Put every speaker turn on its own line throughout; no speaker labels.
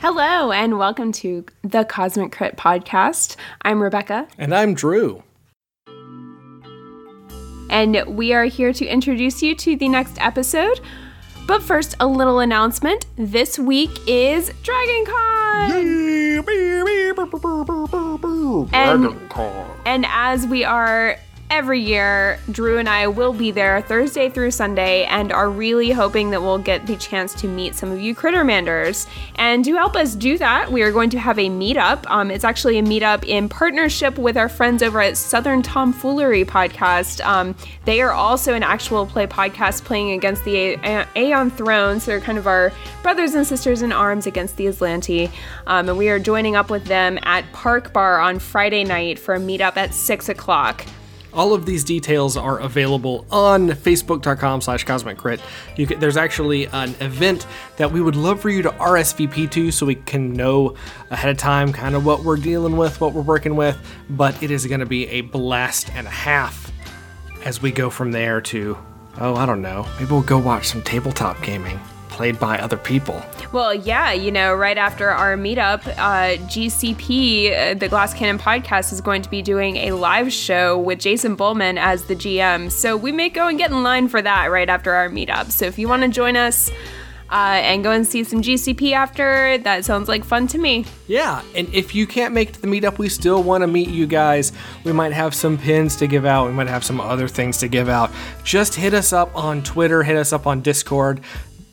Hello, and welcome to the Cosmic Crit Podcast. I'm Rebecca,
And I'm Drew.
and we are here to introduce you to the next episode. But first, a little announcement. This week is Dragon Con! And, and as we are every year, Drew and I will be there Thursday through Sunday and are really hoping that we'll get the chance to meet some of you Crittermanders. And to help us do that, we are going to have a meetup. Um, it's actually a meetup in partnership with our friends over at Southern Tomfoolery Podcast. Um, they are also an actual play podcast playing against the A- A- Aeon Throne, so they're kind of our brothers and sisters in arms against the Aslanti. Um, and we are joining up with them at Park Bar on Friday night for a meetup at 6 o'clock.
All of these details are available on facebook.com slash cosmic crit. You can, there's actually an event that we would love for you to RSVP to so we can know ahead of time kind of what we're dealing with, what we're working with, but it is going to be a blast and a half as we go from there to, oh, I don't know, maybe we'll go watch some tabletop gaming played by other people.
Well, yeah, you know, right after our meetup, uh, GCP, uh, the Glass Cannon podcast, is going to be doing a live show with Jason Bullman as the GM. So we may go and get in line for that right after our meetup. So if you want to join us uh, and go and see some GCP after, that sounds like fun to me.
Yeah, and if you can't make it to the meetup, we still want to meet you guys. We might have some pins to give out, we might have some other things to give out. Just hit us up on Twitter, hit us up on Discord.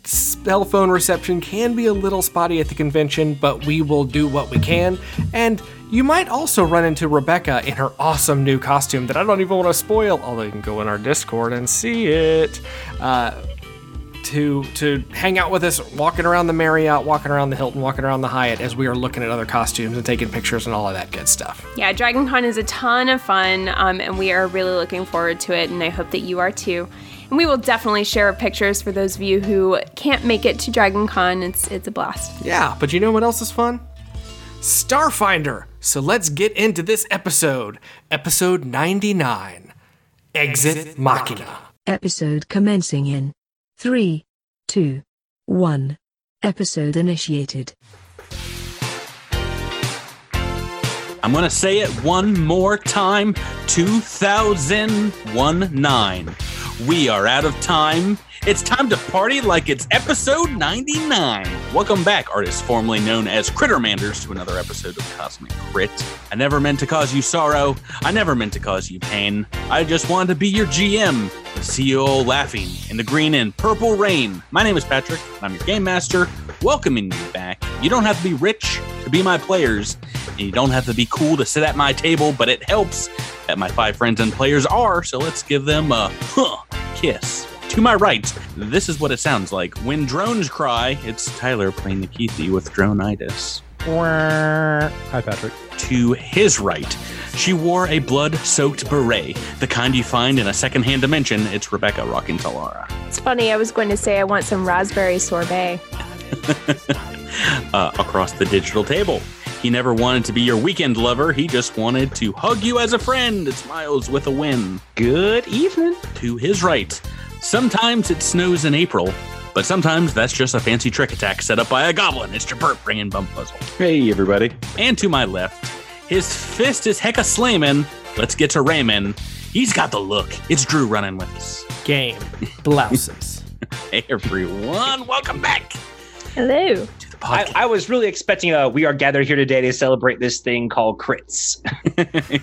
Cell phone reception can be a little spotty at the convention, but we will do what we can. And you might also run into Rebecca in her awesome new costume that I don't even want to spoil, although you can go in our Discord and see it. Uh, to to hang out with us, walking around the Marriott, walking around the Hilton, walking around the Hyatt, as we are looking at other costumes and taking pictures and all of that good stuff.
Yeah, Dragon Con is a ton of fun, um, and we are really looking forward to it, and I hope that you are too. And we will definitely share pictures for those of you who can't make it to Dragon Con. It's, it's a blast.
Yeah, but you know what else is fun? Starfinder. So let's get into this episode, episode ninety nine, Exit Machina.
Episode commencing in 3, 2, 1. Episode initiated.
I'm gonna say it one more time. 2019. We are out of time. It's time to party like it's episode 99. Welcome back, artists formerly known as Crittermanders, to another episode of Cosmic Crit. I never meant to cause you sorrow. I never meant to cause you pain. I just wanted to be your GM. and See you all E laughing in the green and purple rain. My name is Patrick, and I'm your game master, welcoming you back. You don't have to be rich to be my players, and you don't have to be cool to sit at my table, but it helps that my five friends and players are, so let's give them a huh kiss. To my right, this is what it sounds like. When drones cry, it's Tyler playing the Keithy with dronitis.
Hi, Patrick.
To his right, she wore a blood soaked beret, the kind you find in a secondhand dimension. It's Rebecca rocking Talara.
It's funny, I was going to say I want some raspberry sorbet.
uh, across the digital table. He never wanted to be your weekend lover. He just wanted to hug you as a friend. It's Miles with a win.
Good evening.
To his right. Sometimes it snows in April, but sometimes that's just a fancy trick attack set up by a goblin. It's Jabert bringing bump puzzle.
Hey, everybody.
And to my left, his fist is hecka slamming. Let's get to Raymond. He's got the look. It's Drew running with us.
Game blouses.
Hey everyone, welcome back to
Hello.
the
I,
podcast.
I was really expecting uh, we are gathered here today to celebrate this thing called crits.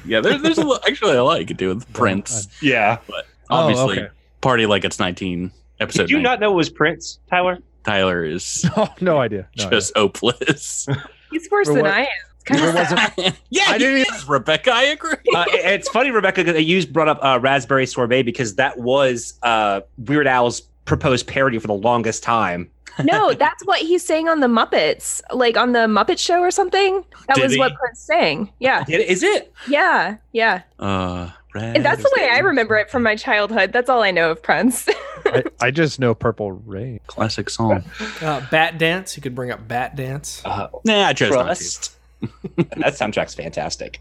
yeah, there's, there's a little, actually a lot you could do with Prince.
Yeah.
Oh,
Obviously,
okay.
party like it's 19. Episode
Did you
19.
not know it was Prince, Tyler?
Tyler is
Oh, no idea. No
just hopeless.
He's worse
For
than
what-
I am. It's kind
idea.
of
There wasn't-
yeah,
I
he
didn't
is, Rebecca. I agree.
Uh, it- it's funny, Rebecca, that you brought up uh, Raspberry Sorbet because that was uh, Weird Al's proposed parody for the longest time.
no, that's what he sang on the Muppets, like on the Muppet Show or something. That
Did
was what
he?
Prince sang. Yeah,
Did it- Is it?
yeah, yeah.
Uh, Red
And that's the way I remember it from my childhood. That's all I know of Prince.
I, I just know Purple Rain.
classic song.
uh, bat dance. You could bring up bat dance.
Uh,
nah, I chose not to.
Trust. that soundtrack's fantastic.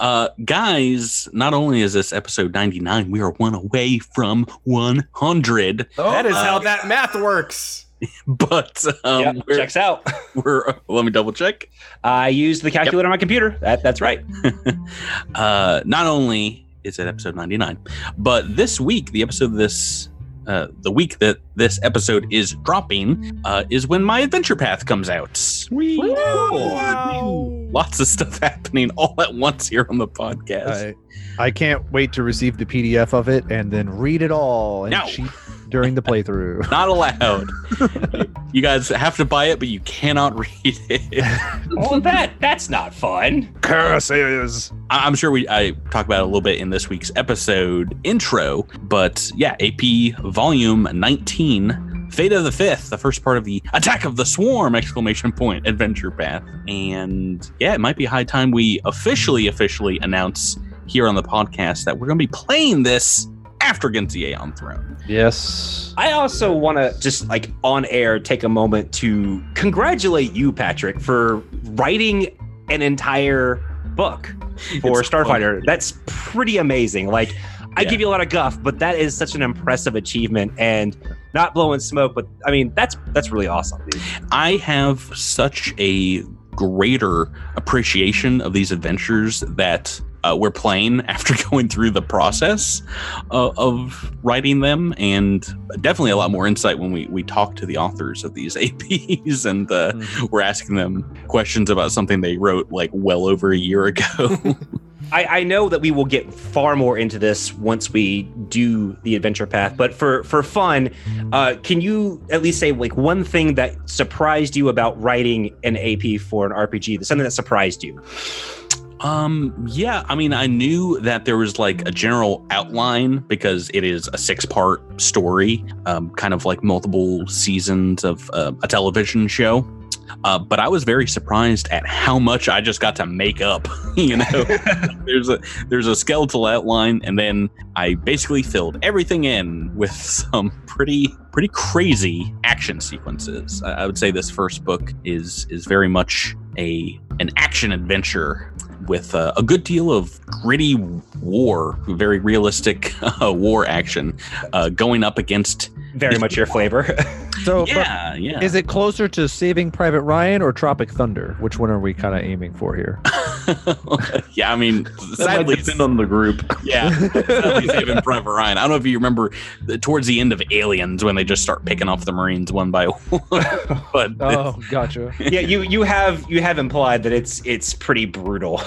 Uh, guys, not only is this episode 99, we are one away from 100.
that is
uh,
how that math works.
but um,
Yep,
we're,
checks out.
we're- let me double check.
I used the calculator on my computer. That, that's right.
uh, not only is it episode 99, but this week, the episode of this, uh, the week that this episode is dropping, uh, is when my adventure path comes out. Lots of stuff happening all at once here on the podcast.
I, I can't wait to receive the PDF of it and then read it all and
No.
cheat during the playthrough.
Not allowed. you guys have to buy it, but you cannot read it.
Well, Oh, that that's not fun.
Curses!
I- I'm sure we I talk about it a little bit in this week's episode intro, but yeah, AP Volume 19, Fate of the Fifth, the first part of the Attack of the Swarm exclamation point adventure path, and yeah, it might be high time we officially officially announce here on the podcast that we're going to be playing this after Genzier on Throne.
Yes.
I also want to just like on air take a moment to congratulate you, Patrick, for writing an entire book for
It's-
Starfighter. That's pretty amazing. Like, I
Yeah.
give you a lot of guff, but that is such an impressive achievement and not blowing smoke. But I mean, that's that's really awesome. dude.
I have such a greater appreciation of these adventures that uh, we're playing after going through the process uh, of writing them, and definitely a lot more insight when we we talk to the authors of these APs, and uh, we're asking them questions about something they wrote like well over a year ago.
I, I know that we will get far more into this once we do the adventure path, but for for fun, uh, can you at least say like one thing that surprised you about writing an AP for an RPG? Something that surprised you?
Um, yeah, I mean, I knew that there was like a general outline because it is a six part story, um, kind of like multiple seasons of uh, a television show. Uh, but I was very surprised at how much I just got to make up. You know, there's a there's a skeletal outline, and then I basically filled everything in with some pretty pretty crazy action sequences. I, I would say this first book is is very much a an action adventure with uh, a good deal of gritty war, very realistic uh, war action uh, going up against.
Very much your flavor.
So,
yeah, yeah.
but is it closer to Saving Private Ryan or Tropic Thunder? Which one are we kind of aiming for here?
yeah, I mean,
That
sadly,
might depend on the group.
yeah, sadly, Saving Private Ryan. I don't know if you remember the, towards the end of Aliens when they just start picking off the Marines one by one, but
Oh, gotcha.
yeah, you you have you have implied that it's it's pretty brutal.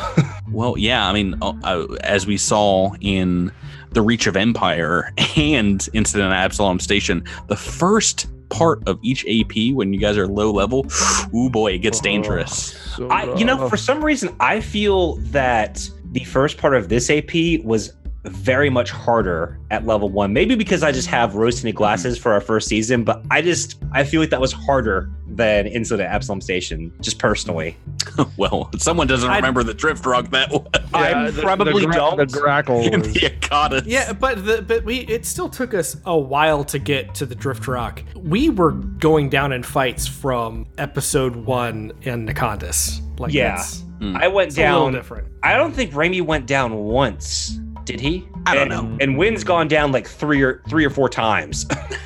Well, yeah, I mean, uh, uh, as we saw in The Reach of Empire and Incident at Absalom Station, the first part of each AP when you guys are low level, ooh boy, it gets dangerous.
So,
I you know
uh,
for some reason I feel that the first part of this AP was very much harder at level one. Maybe because I just have rose tinted glasses for our first season, but I just I feel like that was harder than Insulin at Absalom Station, just personally.
well, someone doesn't
I-
remember the drift rock that was
I probably
gra-
don't.
The grackle.
in
was-
the Akatas.
Yeah, but the but we it still took us a while to get to the Drift Rock. We were going down in fights from episode one in Nakandas. Like
Yeah.
that's
Hmm.
I went
it's a little
down.
different.
I don't think Raimi went down once. Did he?
I don't
And-
know.
And Wynn's gone down like three or three or four times.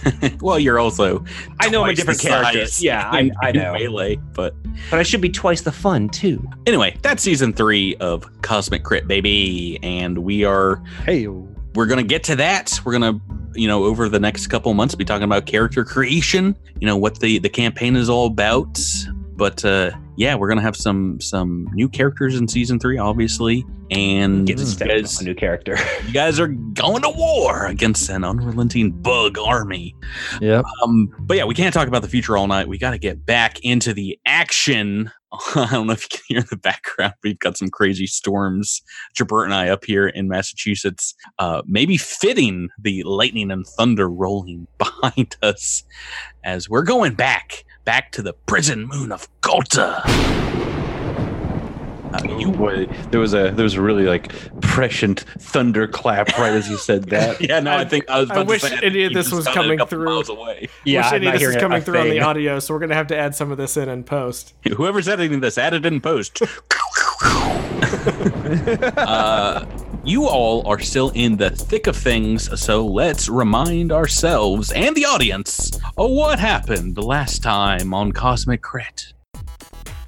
Well, you're also
uh, I know I'm a
twice
different
the
character.
size
Yeah, I,
in-
I
in
know.
melee, but
But I should be twice the fun too.
anyway, that's season three of Cosmic Crit, baby, and we are
Hey,
we're gonna get to that. We're gonna, you know, over the next couple months, be talking about character creation. You know what the the campaign is all about. But uh, yeah, we're gonna have some some new characters in season three, obviously, and
Get to
you
step
guys,
up a new character.
you guys are going to war against an unrelenting bug army.
yep.
Um, but yeah, we can't talk about the future all night. We got to get back into the action. I don't know if you can hear in the background. We've got some crazy storms. Jabert and I up here in Massachusetts, uh, maybe fitting the lightning and thunder rolling behind us as we're going back, back to the prison moon of Golta. Uh,
You Oh, boy, there was a there was a really like prescient thunderclap right as you said that.
yeah, no, I,
I-
think I was.
I
About to
wish
say, I
any
think
of
you
this
just
was
sounded a
coming
couple
through.
miles away.
Yeah,
Wish
I'm
any of this
not
is
hearing
coming
a
through on the
thing.
audio, so we're gonna have to add some of this in in post.
Whoever's editing this, add it in post. uh, you all are still in the thick of things, so let's remind ourselves and the audience Oh, what happened the last time on Cosmic Crit?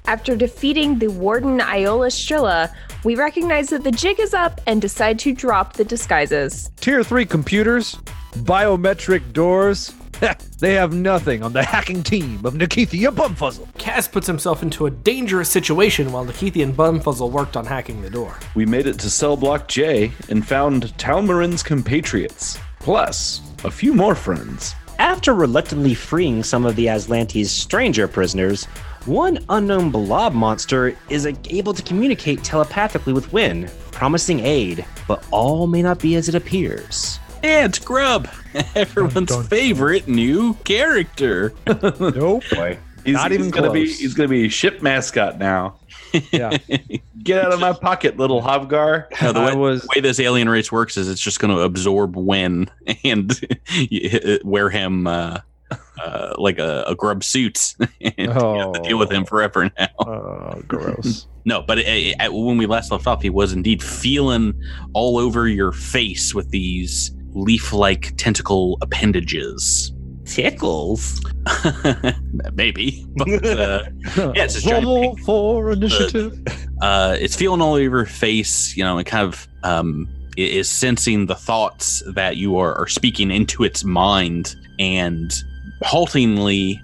After defeating the warden Iola Strilla, we recognize that the jig is up and decide to drop the disguises.
Tier 3 computers, biometric doors. they have nothing on the hacking team of Nikithia Bumfuzzle.
Kaz puts himself into a dangerous situation while Nikithi and Bumfuzzle worked on hacking the door.
We made it to cell block J and found Talmarin's compatriots, plus a few more friends.
After reluctantly freeing some of the Aslantes' stranger prisoners, one unknown blob monster is like, able to communicate telepathically with Wynn, promising aid, but all may not be as it appears.
Yeah, it's Grub, everyone's
Dun, dun.
favorite new character.
Nope.
He's,
Not
he's
even
gonna be
close.
he's gonna be ship mascot now.
yeah.
Get out of my pocket, little Hobgar.
No, the way,
I was-
way this alien race works is it's just going to absorb Wen and wear him uh, uh, like a, a grub suit and you have to deal with him forever now.
Oh, gross.
No, but uh, uh, when we last left off, he was indeed feeling all over your face with these leaf-like tentacle appendages.
Tickles.
Maybe, but uh, Yeah, it's just giant
Roll for initiative.
initiative. uh, it's feeling all over your face. You know, it kind of um, i- is sensing the thoughts that you are, are speaking into its mind, and haltingly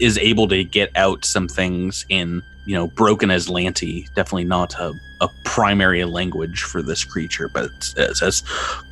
is able to get out some things in you know broken Aslanti. Definitely not a, a primary language for this creature, but it says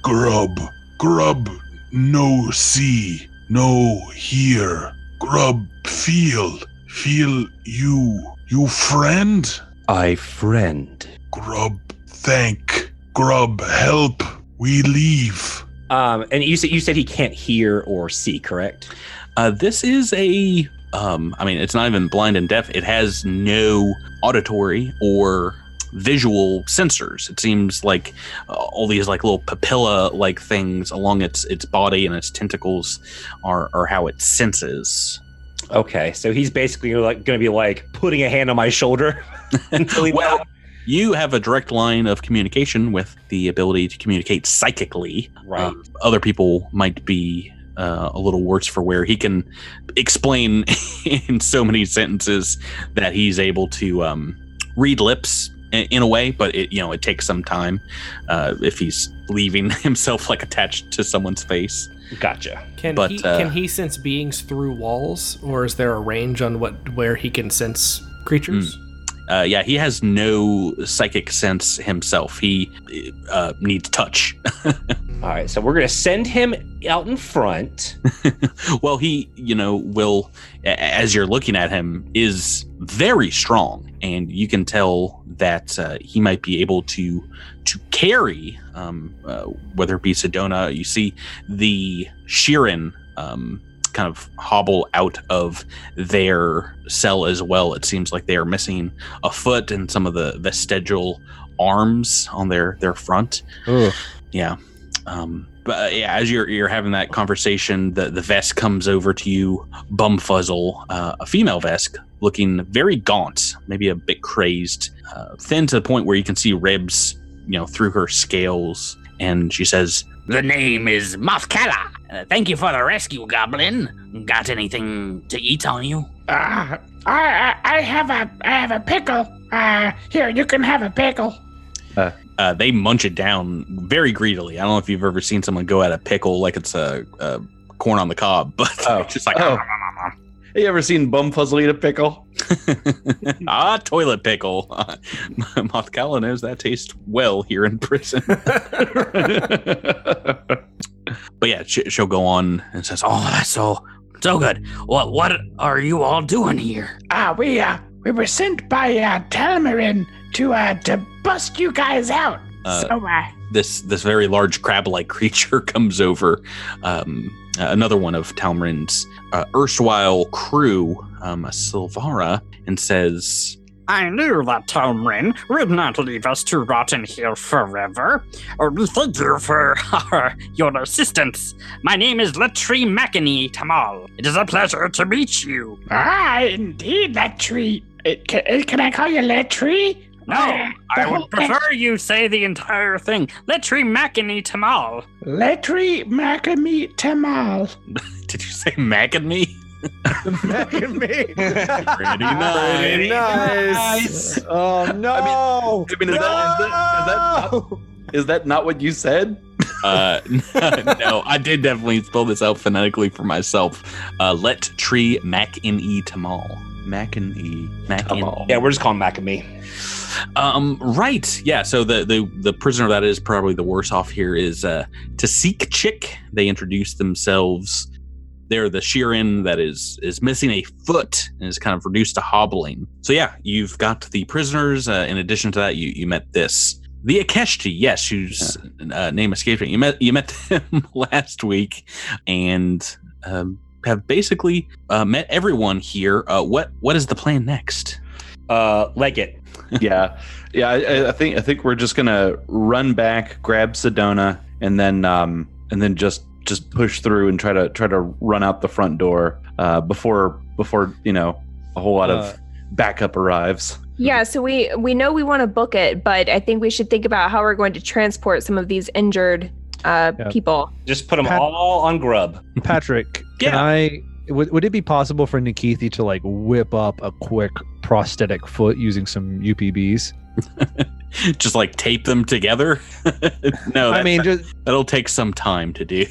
Grub, grub, no see, no hear. Grub, feel, feel you, you friend.
I friend.
Grub, thank. Grub, help. We leave.
Um, and you said you said he can't hear or see, correct?
Uh, this is a. Um, I mean, it's not even blind and deaf. It has no auditory or visual sensors. It seems like uh, all these like little papilla-like things along its its body and its tentacles are are how it senses.
Okay, so he's basically like going to be like putting a hand on my shoulder. until he-
Well, you have a direct line of communication with the ability to communicate psychically.
right.
Um, other people might be uh, a little worse for wear. He can explain in so many sentences that he's able to um, read lips in, in a way, but it you know it takes some time uh, if he's leaving himself like attached to someone's face.
Gotcha.
Can
But,
he
uh,
can he sense beings through walls, or is there a range on what where he can sense
Hmm.
creatures?
Uh, yeah, he has no psychic sense himself. He uh, needs touch.
All right, so we're going to send him out in front.
well, he, you know, will, a- as you're looking at him, is very strong, and you can tell that uh, he might be able to to carry, um, uh, whether it be Sedona. You see the Sheeran. Um, kind of hobble out of their cell as well it seems like they are missing a foot and some of the vestigial arms on their their front
Uh,
Ugh.
yeah. Um, but uh, yeah, as you're you're having that conversation, the the vest comes over to you, Bumfuzzle, uh, a female vest, looking very gaunt, maybe a bit crazed, uh, thin to the point where you can see ribs, you know, through her scales, and she says,
The name is Mafkala. Uh, thank you for the rescue, Goblin. Got anything to eat on you?
Uh, I, I I have a I have a pickle. Uh, here you can have a pickle.
uh, "They munch it down very greedily." I don't know if you've ever seen someone go at a pickle like it's a, a corn on the cob, but
Oh.
just like
Oh. Have you ever seen Bumfuzzle eat a pickle?
ah, toilet pickle. Mothkala knows that tastes well here in prison. but yeah, she, she'll go on and says, "Oh,
Oh, that's so so good. What what are you all doing here?
Uh, we uh we were sent by uh Talmarin to uh to bust you guys out.
Uh,
so uh,
this this very large crab-like creature comes over." Um, uh, another one of Talmarin's uh, erstwhile crew, um, a Silvara, and says,
I knew that Tomrin would not leave us to rot in here forever. Oh, thank you for your assistance. My name is Letri Makini Tamal. It is a pleasure to meet you.
ah, indeed, that tree. It, can, can I call you Letri?
No, I would prefer you say the entire thing. Letri Makini Tamal.
Letri Makami Tamal.
Did you say Mac and me?
Mac and me.
Pretty nice.
Pretty nice.
Oh no!
I mean, is, that, is, that, is, that
No!
not, is that not what you said?
Uh, no, I did definitely spell this out phonetically for myself. Uh, let tree mac in e tamal. Mac and e mac in
Tamal.
Yeah, we're just calling Mac and me.
Um, right. Yeah. So the, the, the prisoner that is probably the worst off here is uh, Tasik Chick. They introduce themselves. They're the Sheeran that is is missing a foot and is kind of reduced to hobbling. So yeah, you've got the prisoners. Uh, in addition to that, you you met this the Akeshti. Yes, whose uh, name escapes me. You met you met them last week, and um, have basically uh, met everyone here. Uh, what what is the plan next?
Uh, Leggett.
yeah, yeah. I- I, I think I think we're just gonna run back, grab Sedona, and then um, and then just just push through and try to try to run out the front door uh, before before you know a whole lot
Uh,
of backup arrives.
Yeah, so we we know we want to book it, but I think we should think about how we're going to transport some of these injured uh,
Yeah.
people.
Just put them
Pat-
all on Grub.
Uh, Patrick, can
Yeah.
I? Would, would it be possible for Nikithi to like whip up a quick prosthetic foot using some UPBs?
just like tape them together.
Oh,
no,
I mean, Uh, just
that'll take some time to do.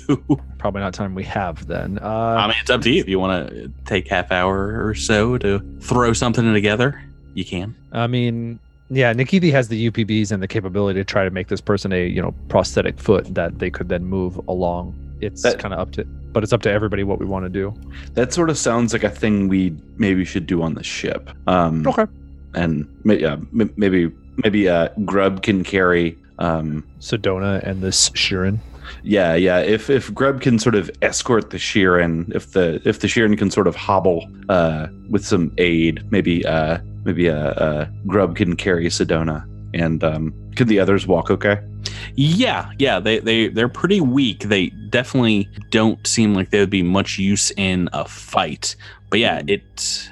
probably not time we have then.
I
Uh,
mean, it's up to you. If you want to take half hour or so to throw something together, you can.
I mean, yeah, Nikithi has the UPBs and the capability to try to make this person a you know prosthetic foot that they could then move along. It's
That-
kind of up to, but it's up to everybody what we want to do.
That sort of sounds like a thing we maybe should do on the ship. Um,
Okay.
And ma- yeah, m- maybe maybe uh, Grub can carry. Um,
Sedona and this Sheeran.
Yeah, yeah. If if Grub can sort of escort the Sheeran, if the if the Sheeran can sort of hobble uh, with some aid, maybe uh, maybe uh, uh, Grub can carry Sedona, and um, can the others walk? Okay.
Yeah, yeah, they they they're pretty weak. They definitely don't seem like they would be much use in a fight. But yeah,
Hmm.
it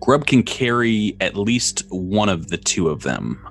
Grub can carry at least one of the two of them.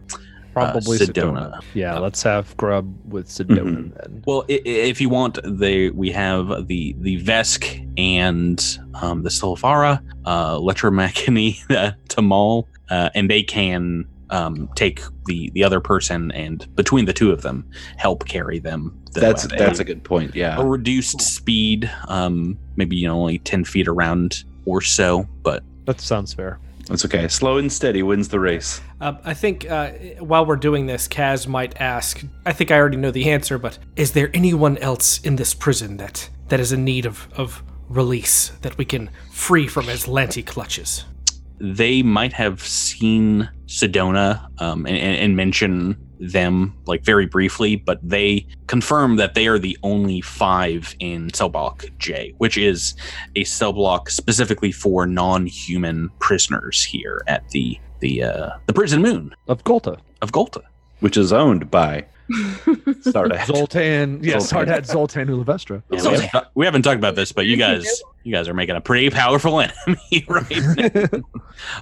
Probably
Sedona.
Uh, Sedona. Mm-hmm. Yeah, let's have Grub with Sedona then.
Well, i- i- if you want, they we have the the Vesk and um, the Silvara, uh, Electromachini, uh, Tamal, uh, and they can um, take the the other person and between the two of them help carry them. the
that's
way.
that's a good point.
a
Yeah.
reduced speed, um, maybe you know only ten feet around or so, but
That sounds fair.
That's okay. Slow and steady wins the race.
Uh, I think uh, while we're doing this, Kaz might ask. I think I already know the answer, but is there anyone else in this prison that that is in need of of release that we can free from Aslanti clutches?
they might have seen Sedona um, and, and, and mention them like very briefly, but they confirm that they are the only five in cell block J, which is a cell block specifically for non-human prisoners here at the the uh, the prison moon
Of Golta.
of Golta.
Which is owned by Sardat.
Zoltan. Yes,
Zoltan.
Sardat Zoltan Ulavestra.
Yeah, we, haven't, we haven't talked about this, but you guys you guys are making a pretty powerful enemy right now.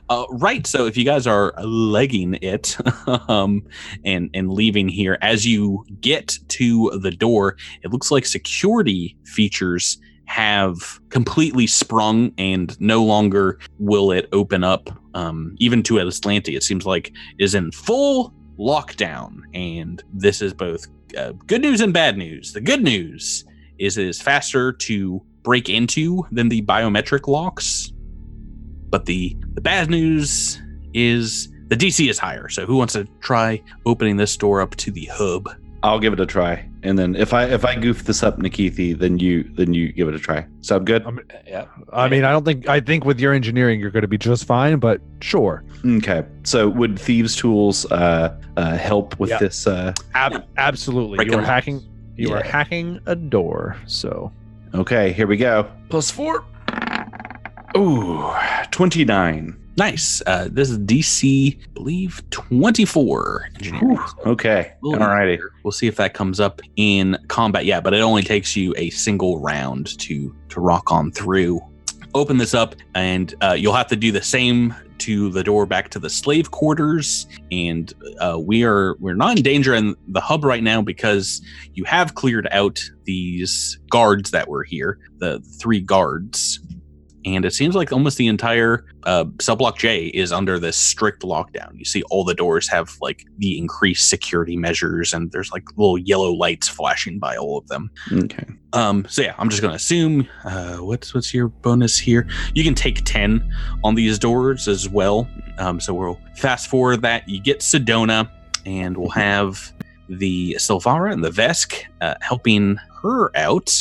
Uh, right. So if you guys are legging it um, and and leaving here, as you get to the door, it looks like security features have completely sprung, and no longer will it open up. Um, even to Atlanti, it seems like is in full lockdown, and this is both uh, good news and bad news. The good news is it is faster to break into than the biometric locks but the the bad news is the DC is higher. So who wants to try opening this door up to the hub?
I'll give it a try, and then if I if I goof this up, Nikithi, then you then you give it a try. Sound good?
I'm- I mean, I don't think I think with your engineering you're going to be just fine, but sure.
Okay. So would thieves' tools uh, uh, help with
Yeah.
this? Uh,
Ab- absolutely.
Breaking
You are
the-
hacking you are
Yeah.
hacking a door. So,
Okay, here we go. Plus four. Ooh, 29.
Nice. Uh, this is DC, I believe, 24 engineering. So a
Okay.
little
Alrighty.
easier. We'll see if that comes up in combat. Yeah, but it only takes you a single round to to rock on through. Open this up, and uh, you'll have to do the same to the door back to the slave quarters, and uh, we are we're not in danger in the hub right now because you have cleared out these guards that were here, the three guards, and it seems like almost the entire uh, subblock J is under this strict lockdown. You see, all the doors have like the increased security measures, and there's like little yellow lights flashing by all of them.
Okay.
Um, so yeah, I'm just gonna assume. Uh, what's what's your bonus here? You can take ten on these doors as well. Um, so we'll fast forward that. You get Sedona, and we'll have the Silvara and the Vesk uh, helping her out.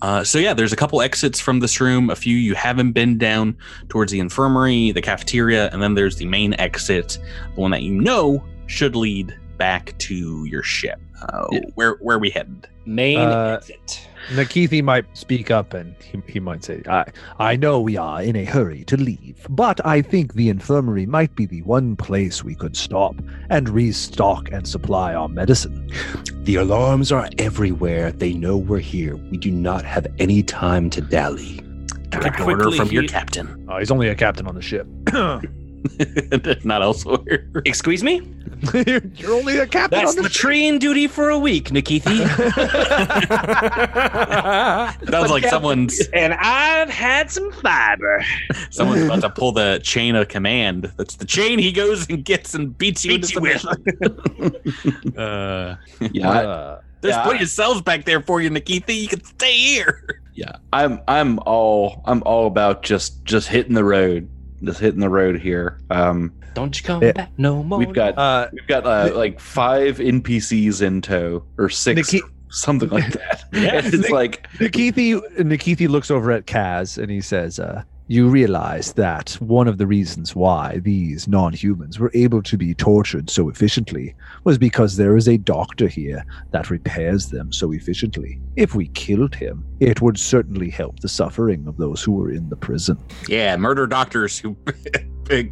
Uh, so yeah, there's a couple exits from this room. A few you haven't been down towards the infirmary, the cafeteria, and then there's the main exit, the one that you know should lead back to your ship. Uh, Where where are we headed?
Main
Uh,
exit.
Nakithi might speak up and he, he might say, I, I know we are in a hurry to leave, but I think the infirmary might be the one place we could stop and restock and supply our medicine.
The alarms are everywhere. They know we're here. We do not have any time to dally.
Take
I
order
quickly
from your
heat-
captain.
Uh, he's only a captain on the ship.
Not elsewhere.
Excuse me?
you're, you're only a captain
That's
on the ship.
latrine duty for a week, Nikithi.
Sounds like someone's
And I've had some fiber.
someone's about to pull the chain of command. That's the chain he goes and gets and beats you
Beats
into
you
submission. uh,
Yeah, I-
Uh,
there's
Yeah.
plenty of cells back there for you, Nikithi. You can stay here.
yeah. I'm I'm all I'm all about just just hitting the road, just hitting the road here. Um,
Don't you come
Yeah.
back no more.
we've got
uh,
we've got uh, like five NPCs in tow or six,
Niki-
something like that.
Yeah.
And it's like
Nikithi, Nikithi looks over at Kaz and he says, uh, You realize that one of the reasons why these non humans were able to be tortured so efficiently was because there is a doctor here that repairs them so efficiently. If we killed him, it would certainly help the suffering of those who were in the prison.
Yeah, murder doctors who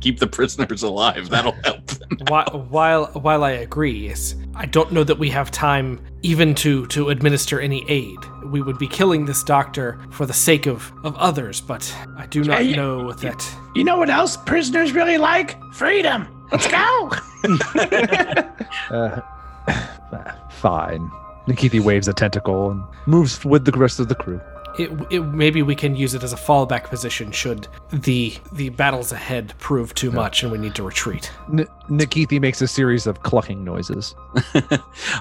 keep the prisoners alive. That'll help. Them.
While, while while I agree, it's- I don't know that we have time even to to administer any aid. We would be killing this doctor for the sake of of others, but I do not
Hey,
know that.
You know what else prisoners really like? Freedom. Let's go.
Uh, fine. Nikithi waves a tentacle and moves with the rest of the crew.
It, it maybe we can use it as a fallback position should the the battles ahead prove too much and we need to retreat.
N- Nikithi makes a series of clucking noises.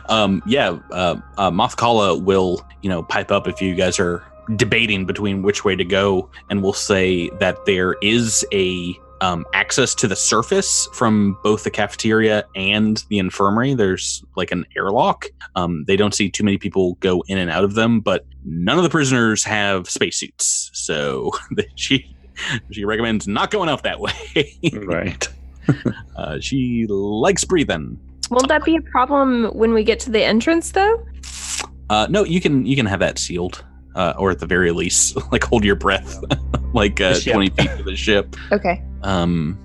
um, yeah, uh, uh, Mothkala will you know pipe up if you guys are debating between which way to go, and will say that there is a um, access to the surface from both the cafeteria and the infirmary. There's like an airlock. Um, they don't see too many people go in and out of them, but none of the prisoners have spacesuits, so she she recommends not going out that way.
right.
Uh, she likes breathing.
Won't that be a problem when we get to the entrance, though?
Uh, no, you can you can have that sealed, uh, or at the very least, like hold your breath, like uh,
The ship.
twenty feet to the ship.
Okay.
Um,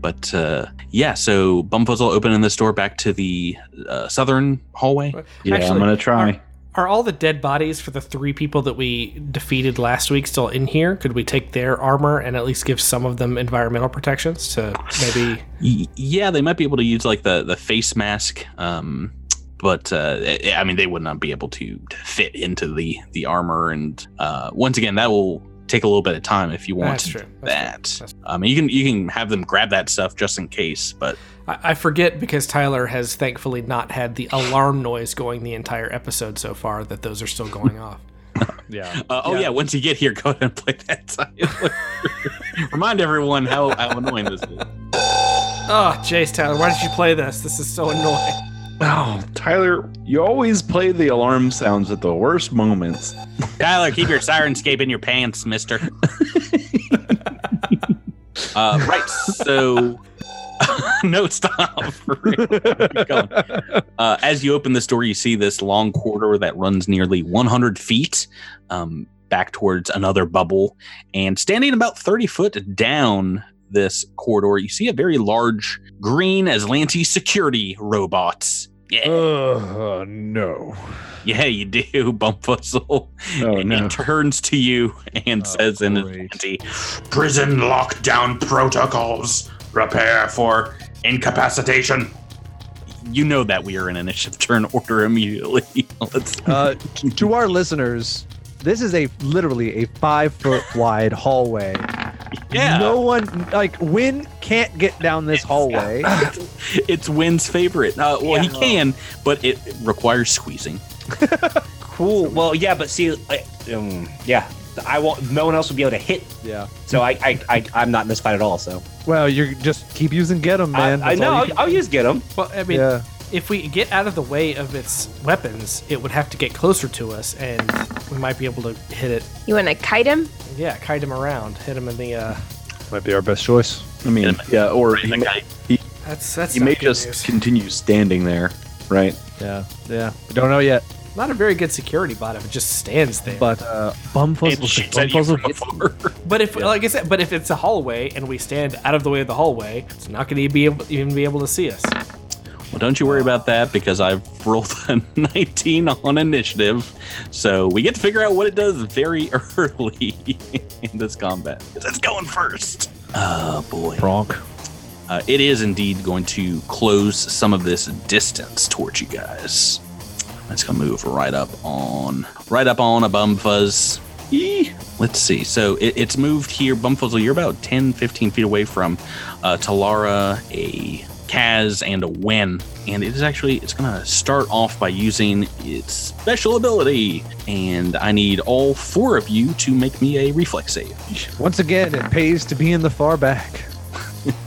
but uh, yeah, so Bumfuzzle opening this door back to the uh, southern hallway.
Yeah,
Actually,
I'm gonna try.
Are all the dead bodies for the three people that we defeated last week still in here? Could we take their armor and at least give some of them environmental protections to maybe?
Y- yeah, they might be able to use like the the face mask. Um, but uh, I- I mean, they would not be able to, to fit into the the armor, and uh, once again, that will take a little bit of time if you want
That's
to
true.
do that.
That's true. That's
I mean, you can you can have them grab that stuff just in case, but
I, I forget because Tyler has thankfully not had the alarm noise going the entire episode so far that those are still going off.
Yeah.
Uh, oh yeah. once you get here, go ahead and play that silent. Remind everyone how, how annoying this is.
Oh, Jace Tyler, why did you play this? This is so annoying.
Oh, Tyler, you always play the alarm sounds at the worst moments.
Tyler, keep your sirenscape in your pants, mister. uh, right, so. no, stop. For real. Keep going. Uh, as you open this door, you see this long corridor that runs nearly 100 feet um, back towards another bubble. And standing about 30 foot down this corridor, you see a very large green Aslanti security robot. Yeah.
Uh, no.
Yeah, you do, Bumpfuzzle.
Oh
and
no.
turns to you and
Oh,
says in
great.
Aslanti,
Prison lockdown protocols
Repair for incapacitation. You know that we are in initiative turn order immediately. Let's
uh, t- to our listeners, this is a literally a five foot wide hallway.
Yeah.
No one like Win can't get down this hallway.
it's Wynn's favorite. Uh, well, he can, but it it requires squeezing.
Cool. Well, yeah, but see, I, um, yeah, I won't. No one else will be able to hit.
Yeah.
So I, I, I I'm not in this fight at all. So
Well, you just keep using get 'em, man.
I
That's all
know.
you
I'll, I'll use get him.
Well, I mean,
Yeah.
if we get out of the way of its weapons, it would have to get closer to us, and we might be able to hit it.
You want to kite him?
Yeah, kite him around, hit him in the. Uh,
Might be our best choice.
I mean, yeah, or he may, he,
that's that's.
he may
not good
just
news.
continue standing there, right?
Yeah, yeah. We don't know yet,
Not a very good security bot if it just stands there.
but uh, Bumfuzzle,
And shoots at you
Bumfuzzle
from
hits
afar.
But if, like I said, but if it's a hallway and we stand out of the way of the hallway, it's not going to be able, even be able to see us.
Well, don't you worry about that because I've rolled a 19 on initiative. So we get to figure out what it does very early in this combat. That's going first. Oh, boy.
Bronk.
Uh, it is indeed going to close some of this distance towards you guys. It's gonna move right up on, right up on a Bumfuzz. Eee. Let's see. So it, it's moved here. Bumfuzzle, you're about 10, 15 feet away from uh, Talara, a Kaz, and a Wen. And it is actually, it's gonna start off by using its special ability. And I need all four of you to make me a reflex save.
Once again, it pays to be in the far back.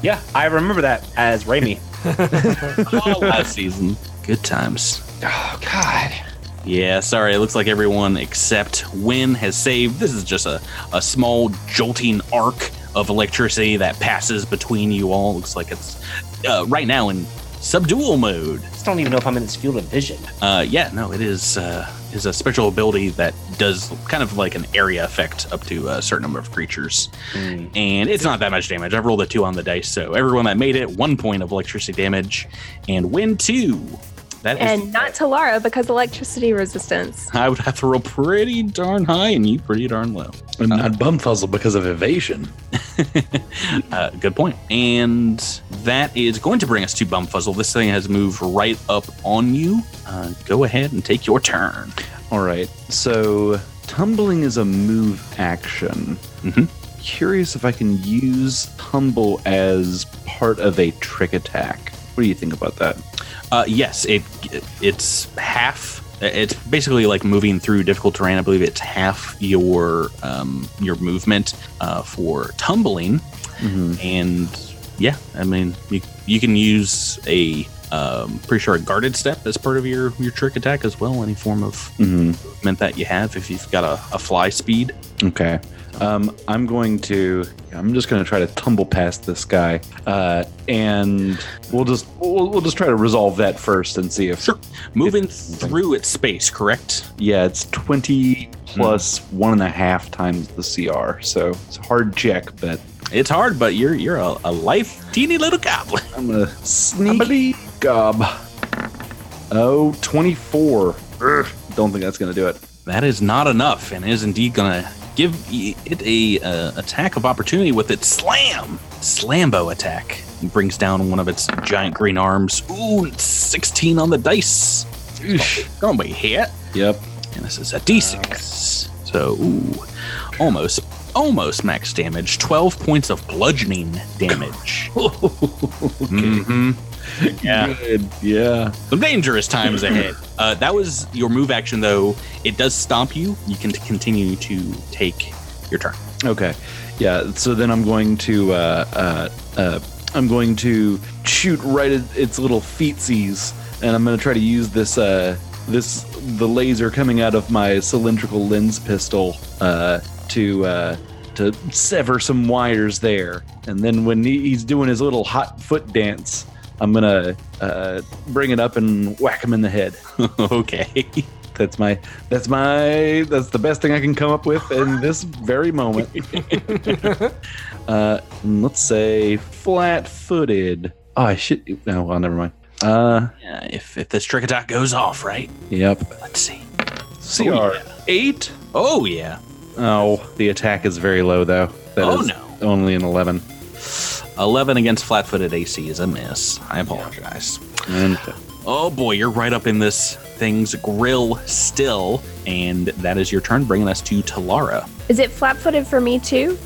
Yeah, I remember that as Raimi.
Oh, last season. Good times.
Oh, God.
Yeah, sorry. It looks like everyone except Win has saved. This is just a, a small jolting arc of electricity that passes between you all. Looks like it's uh, right now in subdual mode.
I just don't even know if I'm in this field of vision.
Uh, yeah, no, it is uh, is a special ability that does kind of like an area effect up to a certain number of creatures, and it's not that much damage. I've rolled a two on the dice, so everyone that made it one point of electricity damage, and Win two. That is
And not Talara because electricity resistance.
I would have to roll pretty darn high and you pretty darn low.
I'm not bumfuzzled because of evasion.
Uh, good point. And that is going to bring us to Bumfuzzle. This thing has moved right up on you. Uh, go ahead and take your turn.
All right. So tumbling is a move action.
Mhm.
Curious if I can use tumble as part of a trick attack. What do you think about that?
Uh, yes, it, it's half. It's basically like moving through difficult terrain. I believe it's half your um, your movement uh, for tumbling.
Mm-hmm.
and yeah, I mean, you, you can use a um, pretty sure a guarded step as part of your your trick attack as well. Any form of
Mhm.
movement that you have, if you've got a, a fly speed.
Okay. Um, I'm going to. I'm just going to try to tumble past this guy, uh, and we'll just we'll, we'll just try to resolve that first and see if.
Sure. Moving through its space, correct?
Yeah, it's 20 plus one and a half times the CR, so it's a hard check, but
It's hard, but you're you're a, a life teeny little goblin.
I'm gonna sneaky gob. Oh, 24. Ugh, don't think that's gonna do it.
That is not enough, and is indeed gonna give y- it a uh, attack of opportunity with its slam slambo attack. It brings down one of its giant green arms. Ooh, it's 16 on the dice. It's Gonna be hit.
Yep.
And this is a d6. So, ooh, almost, almost max damage. 12 points of bludgeoning damage. Mhm. Yeah.
Good. Yeah.
Some dangerous times ahead. Uh, that was your move action, though. It does stomp you. You can t- continue to take your turn.
Okay. Yeah. So then I'm going to uh, uh, uh, I'm going to shoot right at its little feetsies, and I'm gonna try to use this uh, this the laser coming out of my cylindrical lens pistol uh, to uh, to sever some wires there. And then when he, he's doing his little hot foot dance, I'm gonna uh, bring it up and whack him in the head.
okay.
That's my that's my that's the best thing I can come up with in this very moment. uh, let's say flat-footed. Oh, I should. No, well, never mind. Uh,
Yeah, if, if this trick attack goes off, right?
yep.
Let's see.
CR eight.
Oh, yeah.
Oh, the attack is very low though. That
Oh,
is
no.
only an eleven.
11 against flat footed AC is a miss. I apologize. Oh boy, you're right up in this thing's grill still. And that is your turn, bringing us to Talara.
Is it flat footed for me too?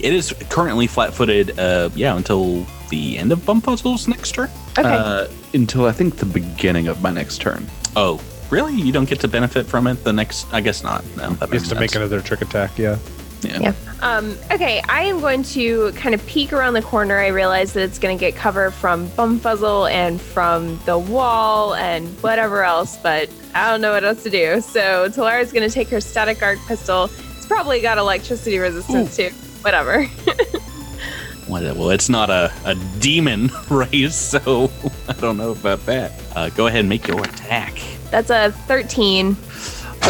It is currently flat footed, uh, yeah, until the end of Bum Puzzle's next turn.
Okay.
Uh, until I think the beginning of my next turn.
Oh, really? You don't get to benefit from it the next? I guess not. No, that makes
Gets to make
sense.
another trick attack. Yeah.
Yeah. Um, okay, I am going to kind of peek around the corner. I realize that it's going to get cover from Bumfuzzle and from the wall and whatever else, but I don't know what else to do. So Talara's going to take her static arc pistol. It's probably got electricity resistance too. Whatever.
What- Well, it's not a, a demon race, so I don't know about that. Uh, go ahead and make your attack.
That's a 13.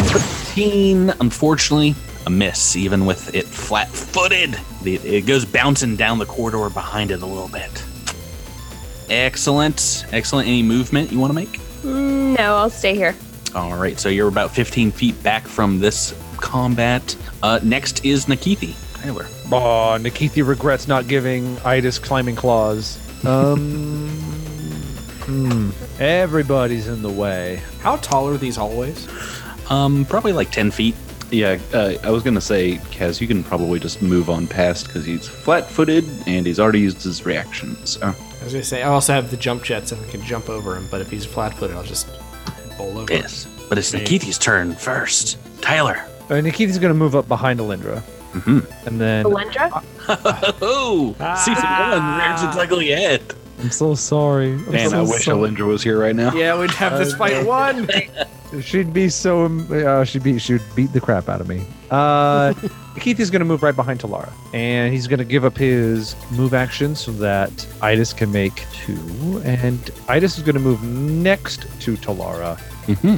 15, unfortunately, a miss, even with it flat footed. It, it goes bouncing down the corridor behind it a little bit. Excellent. Excellent. Any movement you want to make?
Mm, No, I'll stay here.
All right, so you're about 15 feet back from this combat. Uh, next is Nikithi. Tyler.
Oh, Nikithi regrets not giving Idas climbing claws. Um, hmm. Everybody's in the way.
How tall are these hallways?
Um, probably like 10 feet.
Yeah, uh, I was gonna say, Kaz, you can probably just move on past because he's flat-footed and he's already used his Oh. reaction. So
I was gonna say I also have the jump jet, so I can jump over him. But if he's flat-footed, I'll just bowl over.
Yes, but it's Nikithi's turn first. Tyler.
Uh, Nikithi's going to move up behind Alindra.
Mm-hmm.
And then
Belendra?
Oh, season one rears its ugly head.
I'm so sorry. I'm
Man,
so
I wish
sorry.
Alindra was here right now.
Yeah, we'd have this fight won.
She'd be so. um, Uh, she'd be. She'd beat the crap out of me. Uh, Keith is going to move right behind Talara, and he's going to give up his move action so that Idis can make two. And Idis is going to move next to Talara,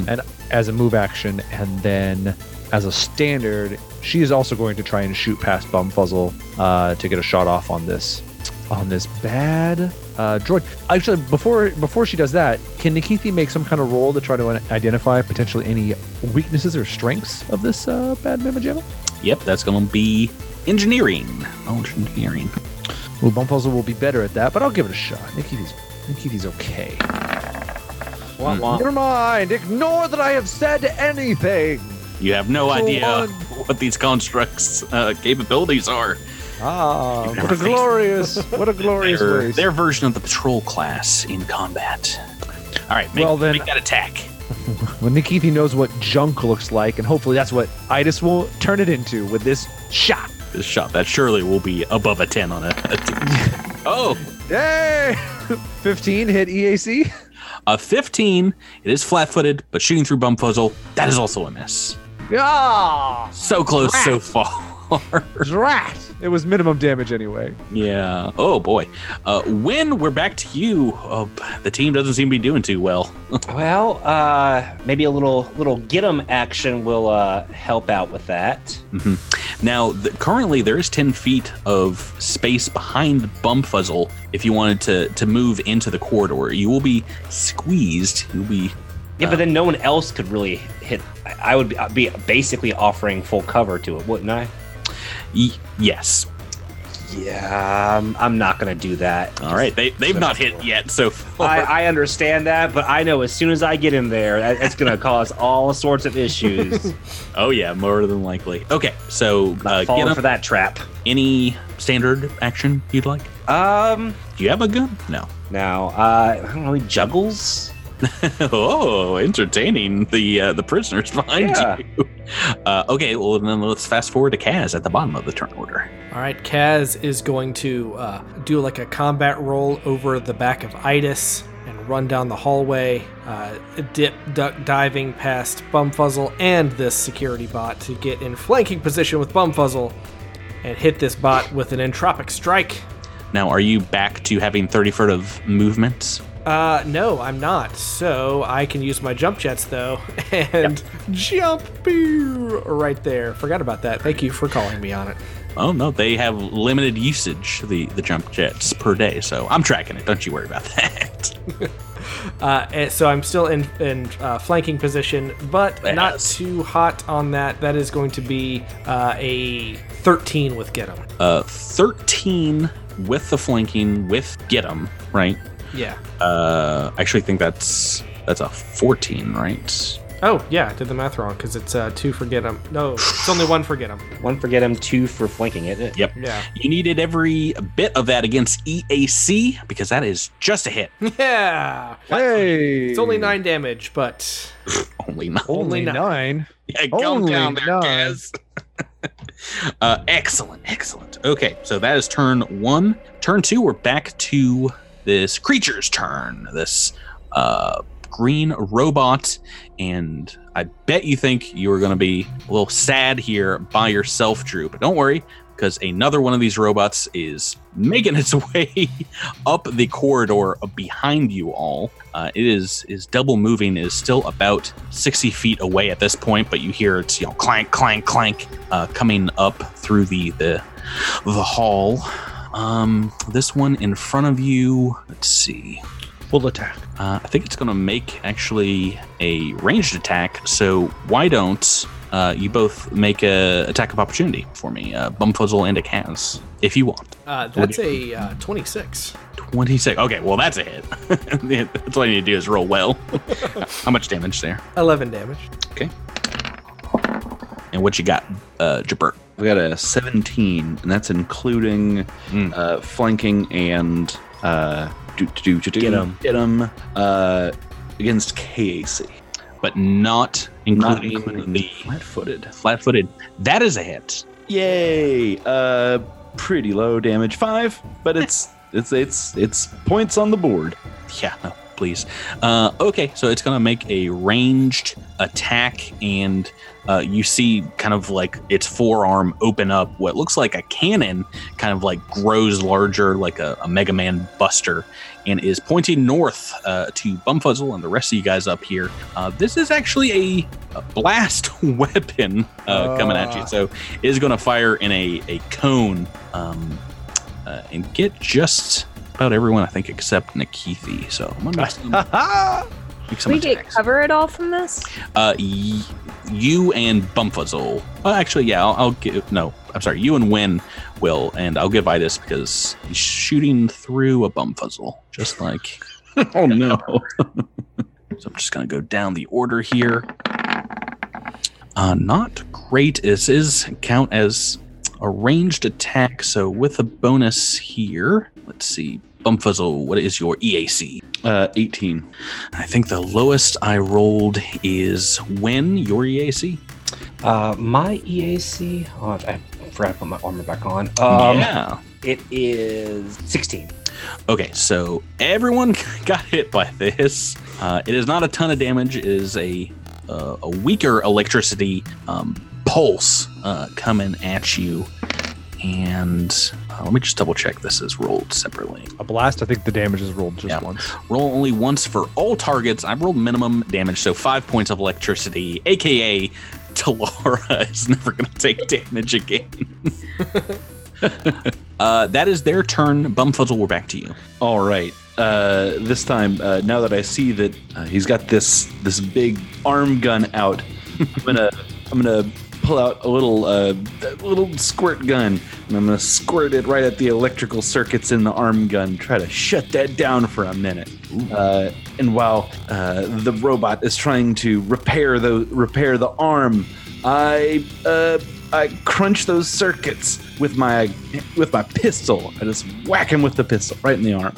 and as a move action, and then as a standard, she is also going to try and shoot past Bumfuzzle uh, to get a shot off on this on this bad uh, droid. Actually, before before she does that, can Nikithi make some kind of roll to try to identify potentially any weaknesses or strengths of this uh, bad mimogenic?
Yep, that's going to be engineering. Oh, engineering.
Well, Bumfuzzle will be better at that, but I'll give it a shot. Nikithi's Nikithi's okay. Never mind. Ignore that I have said anything.
You have no
Go
idea
on.
what these constructs' uh, capabilities are.
Ah,
never
what a
faced-
glorious, what a glorious
Their,
race.
their version of the patrol class in combat. All right, make,
Well, then-
make that attack.
When Nikithi knows what junk looks like, and hopefully that's what Idis will turn it into with this shot.
This shot that surely will be above a ten on a. a- oh,
Yay! 15 hit E EAC.
a fifteen. It is flat-footed, but shooting through Bumfuzzle. That is also a miss.
Ah!
So close, so far.
Drat! It was minimum damage anyway.
Yeah. Oh boy. Uh, when we're back to you, uh, the team doesn't seem to be doing too well.
Well, uh, maybe a little little get 'em action will uh, help out with that.
Mhm. Now, th- currently there is ten feet of space behind Bumfuzzle. If you wanted to to move into the corridor, you will be squeezed. You'll be
Yeah, but then no one else could really hit. I I would be- I'd be basically offering full cover to it, wouldn't I?
y- yes.
Yeah, I'm, I'm not gonna do that.
All right. They they've not hit yet. So far.
I, I understand that, but I know as soon as I get in there, that, it's gonna cause all sorts of issues.
oh yeah, more than likely. Okay. So uh,
falling
get up
for that trap.
any standard action you'd like.
Um,
Do you have a gun? No.
now uh, I don't know. He juggles.
oh, entertaining the uh, the prisoners behind
Yeah.
you. Uh, okay, well then let's fast forward to Kaz at the bottom of the turn order.
All right, Kaz is going to uh, do like a combat roll over the back of Itis and run down the hallway, uh, dip, duck, diving past Bumfuzzle and this security bot to get in flanking position with Bumfuzzle and hit this bot with an entropic strike.
Now, are you back to having thirty foot of movements?
Uh, no, I'm not. So I can use my jump jets though and jump pew, right there. Forgot about that. Thank you for calling me on it.
Oh no, they have limited usage the the jump jets per day, so I'm tracking it. Don't you worry about that.
Uh, and so I'm still in, in uh, flanking position, but not too hot on that. That is going to be uh, a 13 with get 'em.
Uh, 13 with the flanking with get 'em, right?
Yeah.
Uh, I actually think that's that's a 14, right?
Oh, yeah, I did the math wrong because it's uh, two for get 'em. No, it's only one for get 'em.
One for get him, two for flanking it.
Yep.
Yeah.
You needed every bit of that against EAC because that is just a hit.
Yeah.
Hey.
It's only nine damage, but
Only nine.
Only nine.
Yeah, calm
Only
down there,
nine.
Kaz. uh, excellent, excellent. Okay, so that is turn one. Turn two, we're back to this creature's turn. This uh, green robot, and I bet you think you were going to be a little sad here by yourself, Drew. But don't worry, because another one of these robots is making its way up the corridor behind you all. Uh, it is is double moving. It is still about sixty feet away at this point, but you hear it's you know clank, clank, clank uh, coming up through the the the hall. Um, this one in front of you. Let's see.
Full attack.
Uh, I think it's going to make actually a ranged attack. So why don't uh, you both make a attack of opportunity for me, uh, Bumfuzzle and a Kaz, if you want.
uh, that's a uh, 26.
26. Okay, well, that's a hit. that's all you need to do is roll well. How much damage there?
11 damage.
And what you got, uh, Jabert?
We got a 17, and that's including
Hmm.
uh, flanking and uh, do, do, do, do,
Get 'em.
Get 'em, uh, against KAC.
But not including, the
flat-footed.
Flat-footed. That is a hit.
Yay! Uh, pretty low damage, five, but it's it's it's it's points on the board.
Yeah, no, please. Uh, okay, so it's gonna make a ranged attack, and uh, you see kind of like its forearm open up. What looks like a cannon, kind of like grows larger, like a, a Mega Man Buster, and is pointing north uh, to Bumfuzzle and the rest of you guys up here. Uh, this is actually a, a blast weapon uh, coming at you, so it is gonna fire in a a cone. Um, uh, and get just about everyone, I think, except Nikithi. So I'm gonna make some,
Uh,
make some
we
attack.
get cover at all from this?
Uh, y- you and Bumfuzzle. Uh, actually, yeah, I'll, I'll give. No, I'm sorry. You and Win will, and I'll give Itis because he's shooting through a Bumfuzzle, just like.
oh no!
so I'm just gonna go down the order here. Uh, not great. This is count as a ranged attack. So with a bonus here, let's see. Bumfuzzle, what is your E EAC?
Uh, 18.
I think the lowest I rolled is when your EAC.
Uh, my EAC. Oh, I forgot to put my armor back on. Um,
yeah.
It is 16.
Okay, so everyone got hit by this. Uh, it is not a ton of damage. It is a uh, a weaker electricity um, pulse uh, coming at you. And uh, let me just double check this is rolled separately.
A blast. I think the damage is rolled just
Yeah.
once.
Roll only once for all targets. I've rolled minimum damage, so five points of electricity, aka Talara is never going to take damage again. uh, that is their turn. Bumfuzzle, we're back to you.
All right. Uh, this time, uh, now that I see that uh, he's got this this big arm gun out, I'm gonna I'm gonna pull out a little uh, a little squirt gun and I'm gonna squirt it right at the electrical circuits in the arm gun. Try to shut that down for a minute. Uh, and while uh, the robot is trying to repair the repair the arm, I uh, I crunch those circuits with my with my pistol. I just whack him with the pistol right in the arm.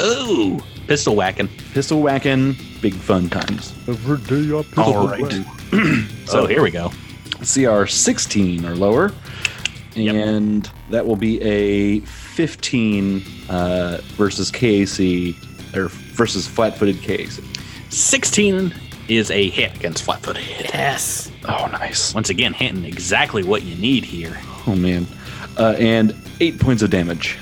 Ooh, pistol whacking.
Pistol whacking, big fun times.
Every day I put
All
up a
right.
fight.
So here we go.
CR 16 or lower, and that will be a 15 uh, versus KAC or versus flat-footed KAC.
16 is a hit against flat-footed.
Yes.
Oh, nice.
Once again, hitting exactly what you need here.
Oh man, uh, and eight points of damage.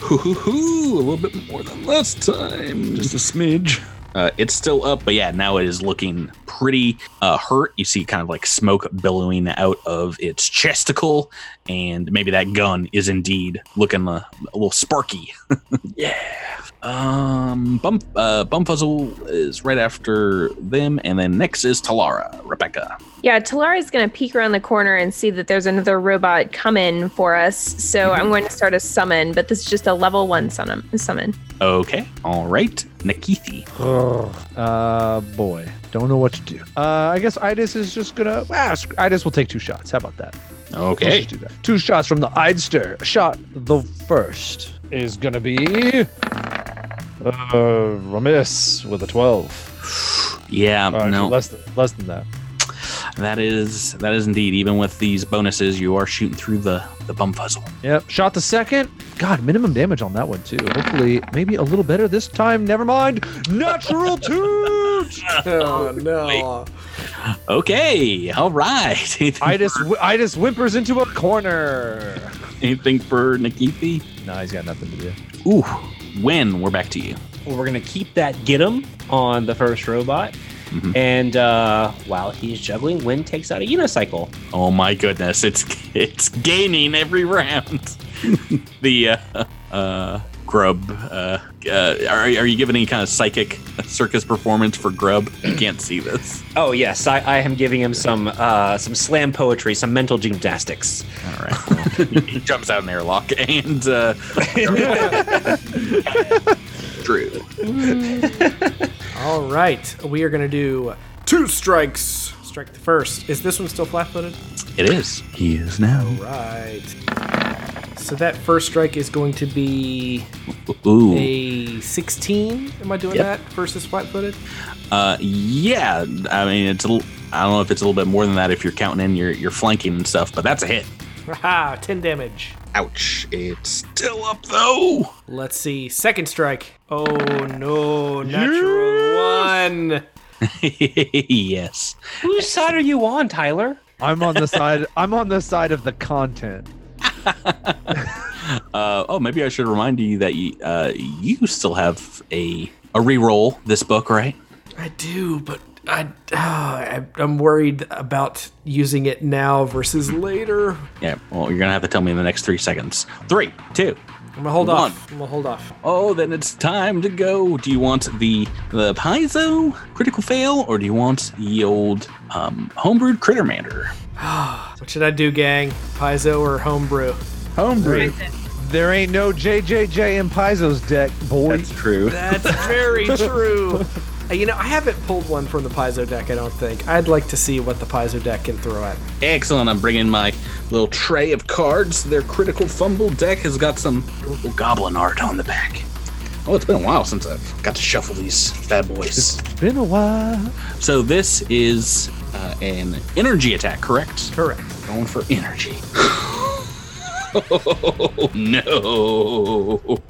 Hoo hoo hoo! A little bit more than last time.
Just a smidge.
Uh, it's still up, but yeah, now it is looking pretty uh, hurt. You see kind of like smoke billowing out of its chesticle, and maybe that gun is indeed looking a, a little sparky. Um, Bump, uh, Bumfuzzle is right after them, and then next is Talara, Rebecca.
Yeah, Talara's going to peek around the corner and see that there's another robot coming for us. So I'm going to start a summon, but this is just a level one summon. summon.
Okay, all right, Nikithi.
uh, boy, don't know what to do. Uh, I guess Idis is just gonna. Ah, sc- Idis will take two shots. How about that?
Okay.
Let's just do that. Two shots from the Idster. Shot the first is gonna be uh, a miss with a twelve.
Yeah,
All right,
no.
less than, less than that.
That is that is indeed. Even with these bonuses, you are shooting through the the Bumfuzzle.
Yep. Shot the second. God, minimum damage on that one too. Hopefully, maybe a little better this time. Never mind. Natural two.
Oh no.
Okay, all right.
I just I just whimpers into a corner.
Anything for Nikithi?
No, he's got nothing to do.
Ooh, when we're back to you.
Well, we're gonna keep that get him on the first robot, and uh, while he's juggling, Win takes out a unicycle.
Oh my goodness, it's it's gaining every round. the uh, uh, Grub. Uh, uh, are, are you giving any kind of psychic circus performance for Grub? You can't see this.
Oh yes, I, I am giving him some uh, some slam poetry, some mental gymnastics.
All right, he jumps out an airlock and uh, Drew.
All right, we are gonna do two strikes. Strike the first. Is this one still flat-footed?
It is. He is now.
Right. So that first strike is going to be
Ooh.
a 16. Am I doing
Yep.
that versus flat-footed?
Uh, yeah, I mean it's. A l- I don't know if it's a little bit more than that if you're counting in your your flanking and stuff, but that's a hit.
Haha, 10 damage.
Ouch! It's still up though.
Let's see. Second strike. Oh no, natural one.
yes.
Whose side are you on, Tyler?
I'm on the side. I'm on the side of the content.
Uh, oh, maybe I should remind you that you uh, you still have a a reroll this book, right?
I do, but I, ah, I I'm worried about using it now versus later.
Yeah. Well, you're gonna have to tell me in the next three seconds. Three, two.
I'm gonna hold
One.
off. I'm gonna hold off.
Oh, then it's time to go. Do you want the the piezo critical fail, or do you want the old um, homebrewed crittermander?
What should I do, gang? Paizo or homebrew?
Homebrew. There ain't no JJJ in Paizo's deck, boy.
true.
That's very true. Uh, You know, I haven't pulled one from the Paizo deck. I don't think. I'd like to see what the Paizo deck can throw at. me.
Excellent. I'm bringing my little tray of cards. Their critical fumble deck has got some little goblin art on the back. Oh, it's been a while since I've got to shuffle these bad boys.
Been a while.
So this is uh, an energy attack, correct?
Correct.
Going for energy. oh no!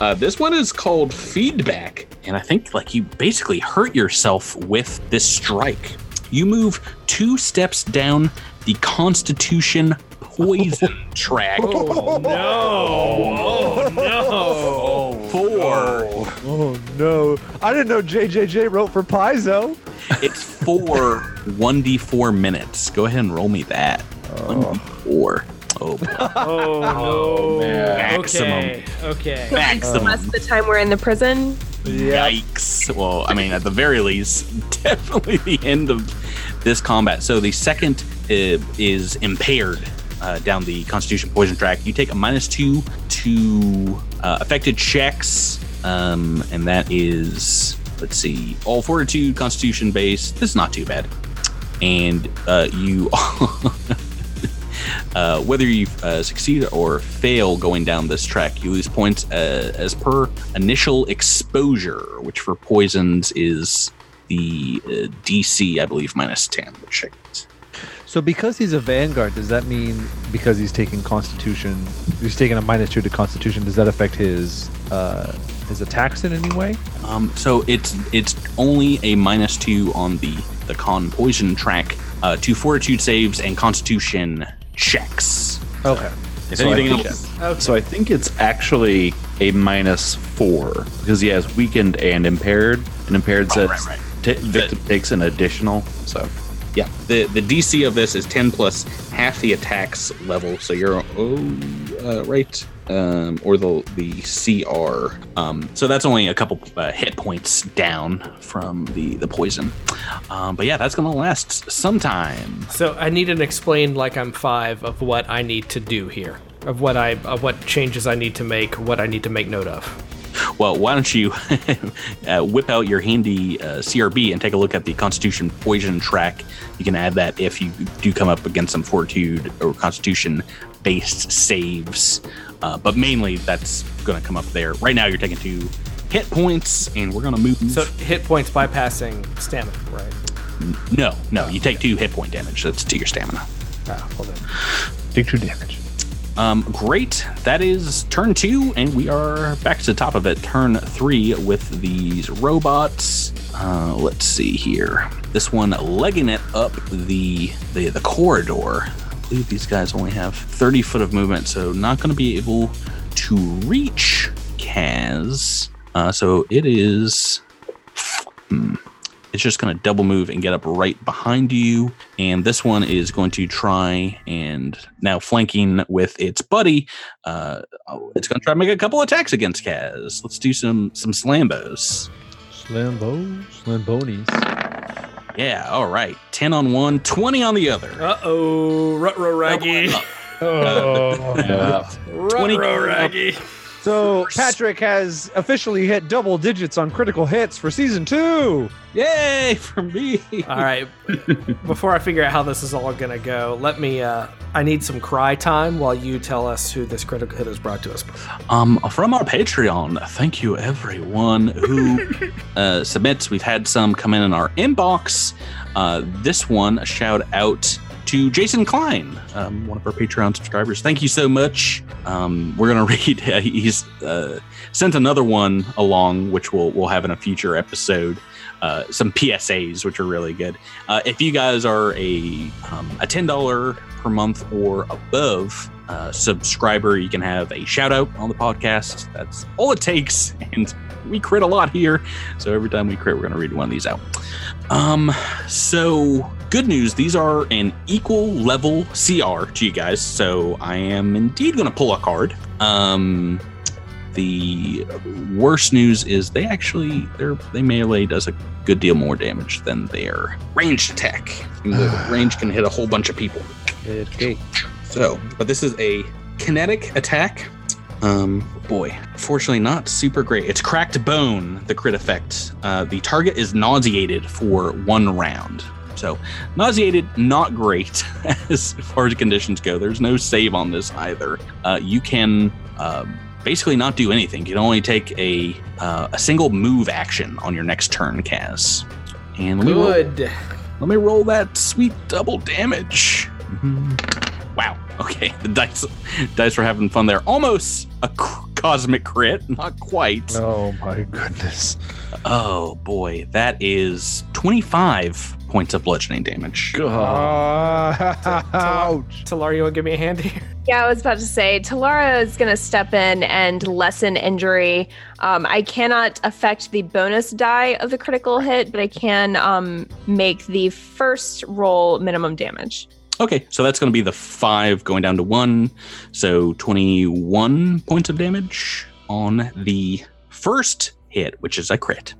Uh, this one is called feedback, and I think like you basically hurt yourself with this strike. You move two steps down the Constitution poison track.
Oh no!
Four.
Oh no! I didn't know JJJ wrote for Paizo.
It's four 1d4 minutes. Go ahead and roll me that. 1d4. Oh, boy.
Oh no!
Maximum.
Okay. Okay.
maximum.
That's the time we're in the prison.
Yikes. Well, I mean, at the very least, definitely the end of this combat. So the second uh, is impaired uh, down the Constitution poison track. You take a minus two to uh, affected checks, um, and that is, let's see, all fortitude, Constitution base. This is not too bad. And uh, you. Uh, whether you uh, succeed or fail going down this track, you lose points uh, as per initial exposure, which for poisons is the uh, DC, I believe, minus 10. We'll check it.
So because he's a vanguard, does that mean because he's taking Constitution, he's taking a minus two to Constitution? Does that affect his uh, his attacks in any way?
Um, so it's it's only a minus two on the, the con poison track uh, to fortitude saves and constitution checks.
Okay.
So I think- So I think it's actually a minus four because he has weakened and impaired, and
Oh,
impaired says ta- victim takes an additional. So
Yeah, the the DC of this is ten plus half the attack's level, so you're oh uh, right, um, or the the CR. Um, so that's only a couple uh, hit points down from the the poison. Um, but yeah, that's gonna last some time.
So I need an explain like I'm five of what I need to do here, of what I, of what changes I need to make, what I need to make note of.
Well, why don't you uh, whip out your handy uh, CRB and take a look at the Constitution poison track? You can add that if you do come up against some Fortitude or Constitution based saves, uh, but mainly that's going to come up there. Right now, you're taking two hit points, and we're going to move.
So hit points bypassing stamina, right?
No, no, you take two hit point damage. That's to your stamina.
Ah, well then.
Take two damage.
Um, great. That is turn two, and we are back to the top of it. Turn three with these robots. Uh, let's see here. This one legging it up the the, the corridor. I believe these guys only have 30 foot of movement, so not going to be able to reach Kaz. Uh, so it is. hmm, it's just going to double move and get up right behind you. And this one is going to try and now flanking with its buddy. Uh, oh, it's going to try to make a couple attacks against Kaz. Let's do some some slambos.
Slambo, slambonies.
Yeah, all right. 10 on one, 20 on the other.
Uh oh, Rutro Raggy.
Oh.
Uh,
Yeah. 20
So Patrick has officially hit double digits on critical hits for season two.
Yay for me!
All right. Before I figure out how this is all gonna go, let me. Uh, I need some cry time while you tell us who this critical hit is brought to us.
Um, from our Patreon, thank you everyone who uh, submits. We've had some come in in our inbox. Uh, this one, a shout out to Jason Klein, um, one of our Patreon subscribers. Thank you so much. Um, we're gonna read. Uh, he's uh, sent another one along, which we'll we'll have in a future episode. Uh, some PSAs, which are really good. Uh, if you guys are a um, a ten dollar per month or above uh, subscriber, you can have a shout out on the podcast. That's all it takes, and we crit a lot here. So every time we crit, we're going to read one of these out. Um, so good news. These are an equal level CR to you guys. So I am indeed going to pull a card. Um, the worst news is they actually their they melee does a good deal more damage than their ranged attack. And the range can hit a whole bunch of people. So, but this is a kinetic attack. Um, boy, fortunately not super great. It's cracked bone, the crit effect. Uh, the target is nauseated for one round. So, nauseated, not great as far as conditions go. There's no save on this either. Uh, you can uh, basically not do anything. You can only take a uh, a single move action on your next turn, Kaz. And let me roll-
Good.
let me roll that sweet double damage. Mm-hmm. Wow. Okay, the dice dice were having fun there. Almost a c- cosmic crit, not quite.
Oh my goodness.
Oh boy, that is 25 points of bludgeoning damage.
Ah.
Ouch. Talar, you want to give me a hand here?
Yeah, I was about to say, Talara is going to step in and lessen injury. Um, I cannot affect the bonus die of the critical hit, but I can um, make the first roll minimum damage.
Okay, so that's going to be the 5 going down to 1, so 21 points of damage on the first hit, which is a crit.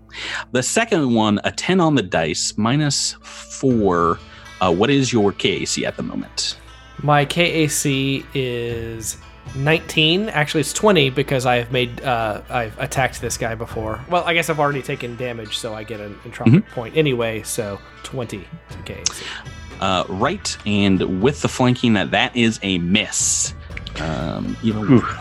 The second one, a 10 on the dice, minus 4. Uh, what is your KAC at the moment?
My KAC is 19. Actually, it's 20 because I have made uh, I've attacked this guy before. Well, I guess I've already taken damage, so I get an entropic
Mm-hmm.
point anyway. So 20 to KAC.
uh, right, and with the flanking, that that is a miss. Um, you know,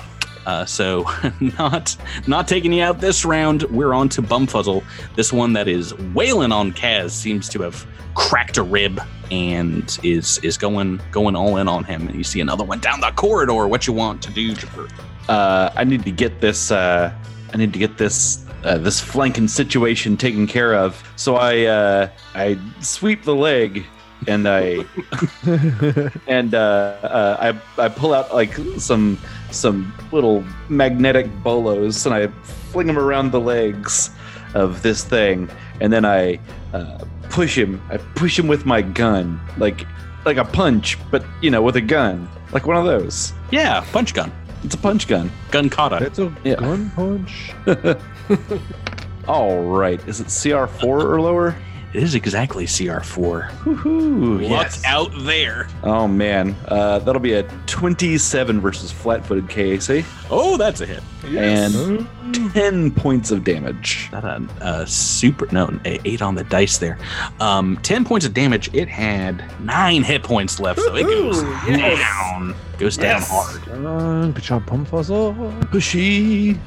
uh, so not not taking you out this round. We're on to Bumfuzzle. This one that is wailing on Kaz seems to have cracked a rib and is is going going all in on him. And you see another one down the corridor. What you want to do, Jabir?
uh, I need to get this. Uh, I need to get this. Uh, this flanking situation taken care of. So I uh, I sweep the leg and I and uh, uh, I I pull out like some some little magnetic bolos and I fling him around the legs of this thing, and then I uh, push him. I push him with my gun, like like a punch, but you know, with a gun, like one of those.
Yeah, punch gun.
It's a punch gun.
Gun kata.
It's a gun punch. All right. Is it CR four or lower?
It is exactly CR four.
Woohoo!
What's
Yes.
out there?
Oh man, uh, that'll be a twenty-seven versus flat-footed KAC.
Oh, that's a hit.
And ten points of damage.
Not a, a super no a eight on the dice there. Um, ten points of damage. It had nine hit points left, so it goes
Woohoo! Yes.
down. Goes down hard.
Good job, Pumfuzzle.
Pushy.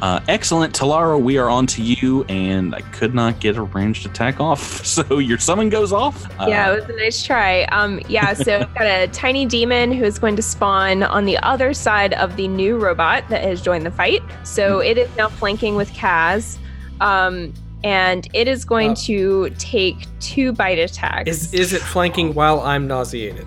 Uh, excellent, Talara. We are on to you, and I could not get a ranged attack off, so your summon goes off. Uh,
yeah, it was a nice try. Um, yeah, so I've got a tiny demon who is going to spawn on the other side of the new robot that has joined the fight.
Hmm.
So it is now flanking with Kaz, um, and it is going to take two bite attacks.
Is is it flanking while I'm nauseated?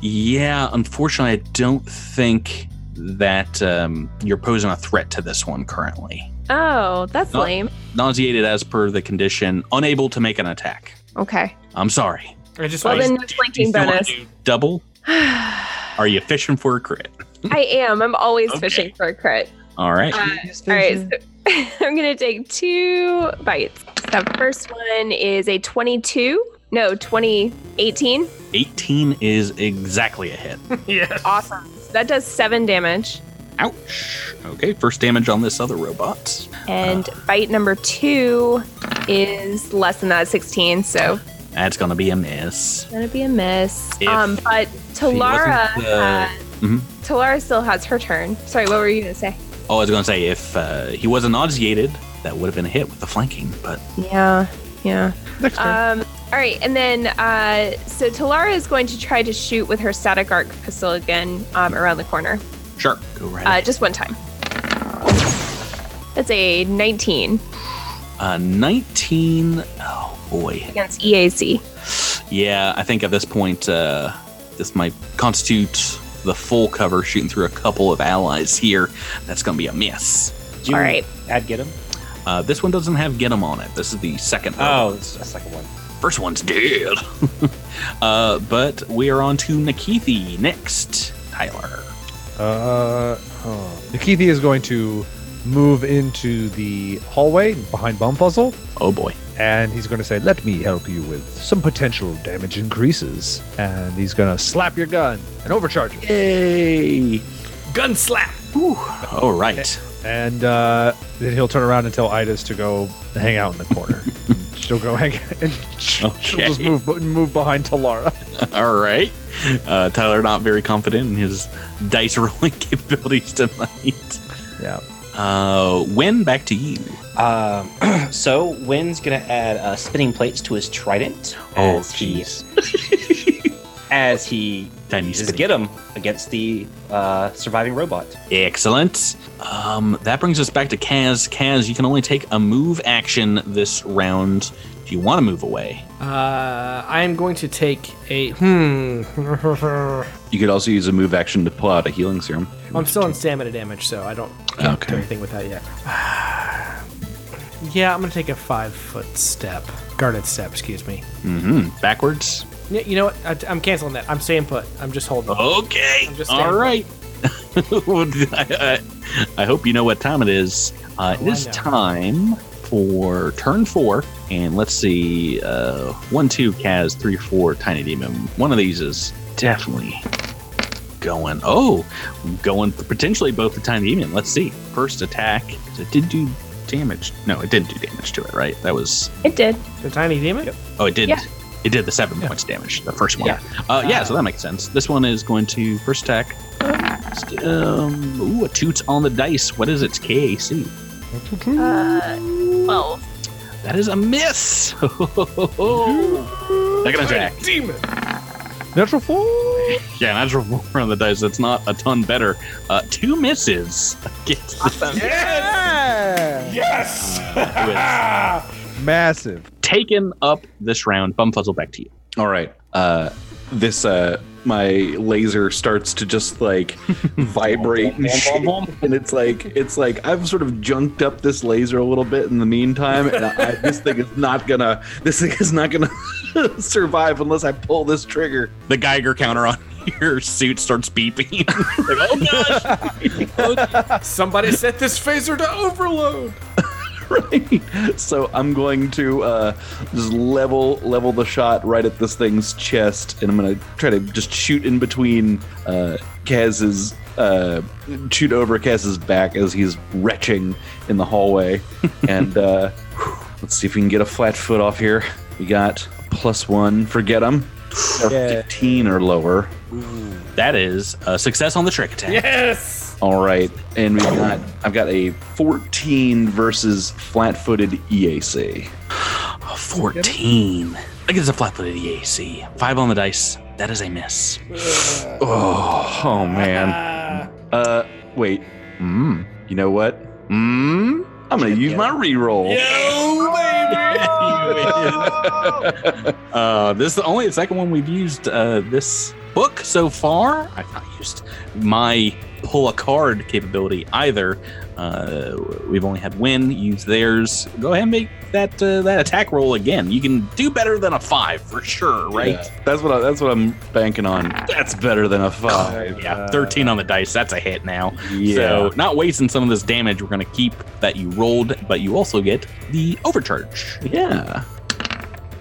Yeah, unfortunately, I don't think that um, you're posing a threat to this one currently.
oh, that's
Not-
lame.
Nauseated as per the condition, unable to make an attack.
Okay.
I'm sorry.
I just
Well, then no flanking
Do you wanna
bonus.
do double?
I
Are you fishing for a crit?
am. I'm always
Okay.
fishing for a crit.
All right.
Uh, all right. So I'm going to take two bites. The first one is a 22. No, 20, 18.
18 is exactly a hit.
Yeah. Awesome. So that does seven damage.
Ouch. Okay, first damage on this other robot.
And bite number two is less than that, 16. So
That's going to be a miss.
gonna be a miss.
If
um, but Talara,
He wasn't,
uh,
uh, mhm.
Talara still has her turn. Sorry, what were you gonna say?
Oh, I was going to say, if uh, he wasn't nauseated, that would have been a hit with the flanking, but
Yeah, yeah. Um, all right, and then uh, so Talara is going to try to shoot with her static arc pistol again um, around the corner,
sure. Go right
uh, just one time. That's a 19
Uh, 19. Oh, boy.
against E EAC.
Yeah, I think at this point, uh, this might constitute the full cover shooting through a couple of allies here. That's going to be a miss.
Do you
All right.
Add get him.
Uh, this one doesn't have get 'em on it. This is the second one.
Oh, it's the second one.
First one's dead. uh, but we are on to Nikithi next. Tyler.
Uh, huh. Nikithi is going to move into the hallway behind Bumfuzzle,
Oh boy.
and he's going to say, "Let me help you with some potential damage increases." And he's going to slap your gun and overcharge it.
Yay!
Gun slap.
All right.
And uh, then he'll turn around and tell Idas to go hang out in the corner. She'll go hang and she'll just move move behind Talara.
All right. Uh, Tyler not very confident in his dice rolling capabilities tonight.
Yeah.
Uh, Win, back to you.
Um, so Wynn's gonna add uh, spinning plates to his trident.
Oh,
as he- as he
Tiny
just
spinning.
get him against the uh, surviving robot.
Excellent. Um, that brings us back to Kaz. Kaz, you can only take a move action this round. Do you want to move away?
Uh, I am going to take a hmm.
You could also use a move action to pull out a healing serum.
I'm still on stamina damage, so I don't can't do
Okay.
anything with that yet. yeah, I'm gonna take a five foot step, guarded step. Excuse me.
Mm-hmm. Backwards.
Y- You know what? I, I'm canceling that. I'm staying put. I'm just holding.
Okay.
I'm just
All
saying.
right. I, I- I hope you know what time it is. Uh, it
Oh, I
is
know.
time for turn four, and let's see. Uh, one, two, Kaz, three, four, Tiny Demon. One of these is definitely going. Oh, going for potentially both the Tiny Demon. Let's see. First attack. It did do damage. No, it didn't do damage to it. Right? That was.
It did.
The tiny demon.
Oh, it did.
Yeah.
It did the seven points damage. The first one. Uh, yeah, so that makes sense. This one is going to first attack. Um, ooh, a toot on the dice. What is its KAC?
Uh, 12.
That is a miss. Second attack.
Demon.
Natural four.
Yeah, natural four on the dice. That's not a ton better. Uh, two misses against the
Yes!
with
Massive.
taken up this round. Bum puzzle back to you.
All right. uh, this uh, my laser starts to just like vibrate and, shake, and it's like it's like I've sort of junked up this laser a little bit in the meantime, and I, this thing is not gonna this thing is not gonna survive unless I pull this trigger.
The Geiger counter on your suit starts beeping. like,
oh gosh! Somebody set this phaser to overload.
right. So I'm going to uh, just level level the shot right at this thing's chest, and I'm gonna try to just shoot in between uh, Kaz's uh, shoot over Kaz's back as he's retching in the hallway. and uh, whew, let's see if we can get a flat foot off here. We got plus one for get him, or
Yeah.
15 or lower.
That is a success on the trick attack.
Yes.
All right, and we've got I've got a 14 versus flat-footed E EAC.
14. I guess a flat footed EAC. Five on the dice. That is a miss.
Oh, oh man. Uh, wait. Mm, you know what? Mm, I'm gonna use my reroll.
uh, this is the only the second one we've used uh, this book so far. I've not used my pull a card capability either. Uh, we've only had win use theirs. Go ahead and make that uh, that attack roll again. You can do better than a five for sure, right?
Yeah, that's what I, that's what I'm banking on. That's better than a five.
Yeah, 13 on the dice. That's a hit now. So, not wasting some of this damage, we're going to keep that you rolled, but you also get the overcharge.
Yeah.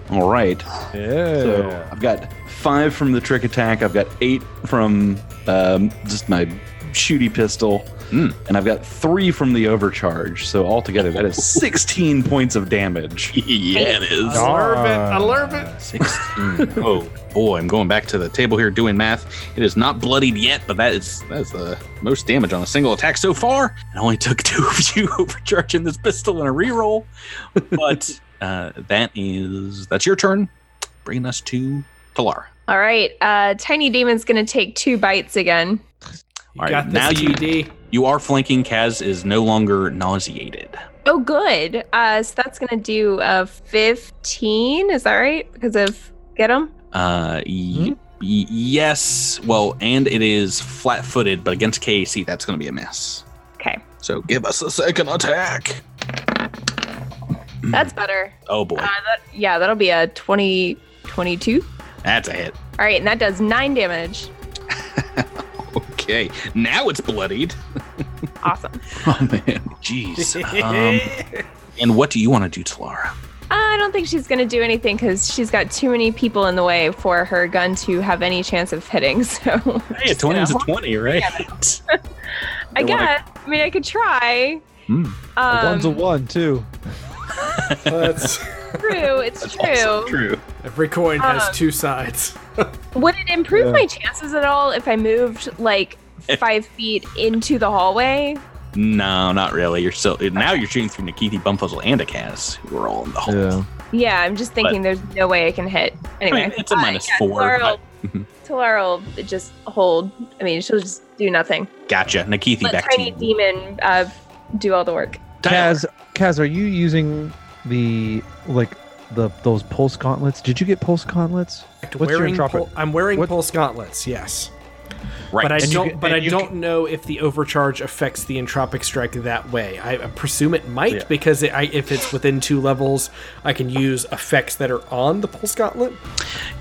All right.
Yeah.
So I've got five from the trick attack. I've got eight from um, just my shooty pistol, and I've got three from the overcharge. So altogether, that is sixteen points of damage.
yeah, it is.
love it.
16. oh boy, I'm going back to the table here doing math. It is not bloodied yet, but that is that's the most damage on a single attack so far. It only took two of you overcharging this pistol in a reroll, but uh, that is that's your turn, bringing us to Talara.
All right. Uh, Tiny Demon's going to take two bites again.
All right, now you you are flanking. Kaz is no longer nauseated.
Oh, good. Uh, so that's going to do uh, 15. Is that right? Because of get him?
Uh, y- y- yes. Well, and it is flat-footed, but against KAC, that's going to be a miss.
Okay.
So give us a second attack.
That's better.
Oh boy,
Uh, that, yeah, that'll be a 20, 22.
that's a hit.
All right. And that does nine damage.
Okay, now it's bloodied.
Awesome.
Oh man, jeez. Um, and what do you want to do, Talara?
I don't think she's going to do anything because she's got too many people in the way for her gun to have any chance of hitting. So
Hey, a twenty is a twenty, right?
I
wanna-
guess. I mean, I could try.
Hmm.
Um,
one's a one too.
That's
true. It's true.
true.
Every coin
Um,
has two sides.
Would it improve
Yeah.
my chances at all if I moved like five feet into the hallway?
No, not really. You're still now you're shooting through Nikithi, Bumfuzzle, and Akaz, who are all in the hole.
Yeah, I'm just thinking there's no way I can hit. Anyway,
I mean, it's a minus four, mm-hmm.
Talara will, Talara will just hold. I mean, she'll just do nothing.
Gotcha. Nikithi,
Let
back to
Tiny
you.
Demon uh, do all the work.
Kaz, Kaz, are you using the like the those pulse gauntlets? Did you get pulse gauntlets?
wearing
entropic?
pul- I'm wearing pulse gauntlets, yes.
Right.
But I
And you
don't.
can-
but
and
I
you
don't know if the overcharge affects the entropic strike that way. I presume it might because it, I, if it's within two levels, I can use effects that are on the pulse gauntlet.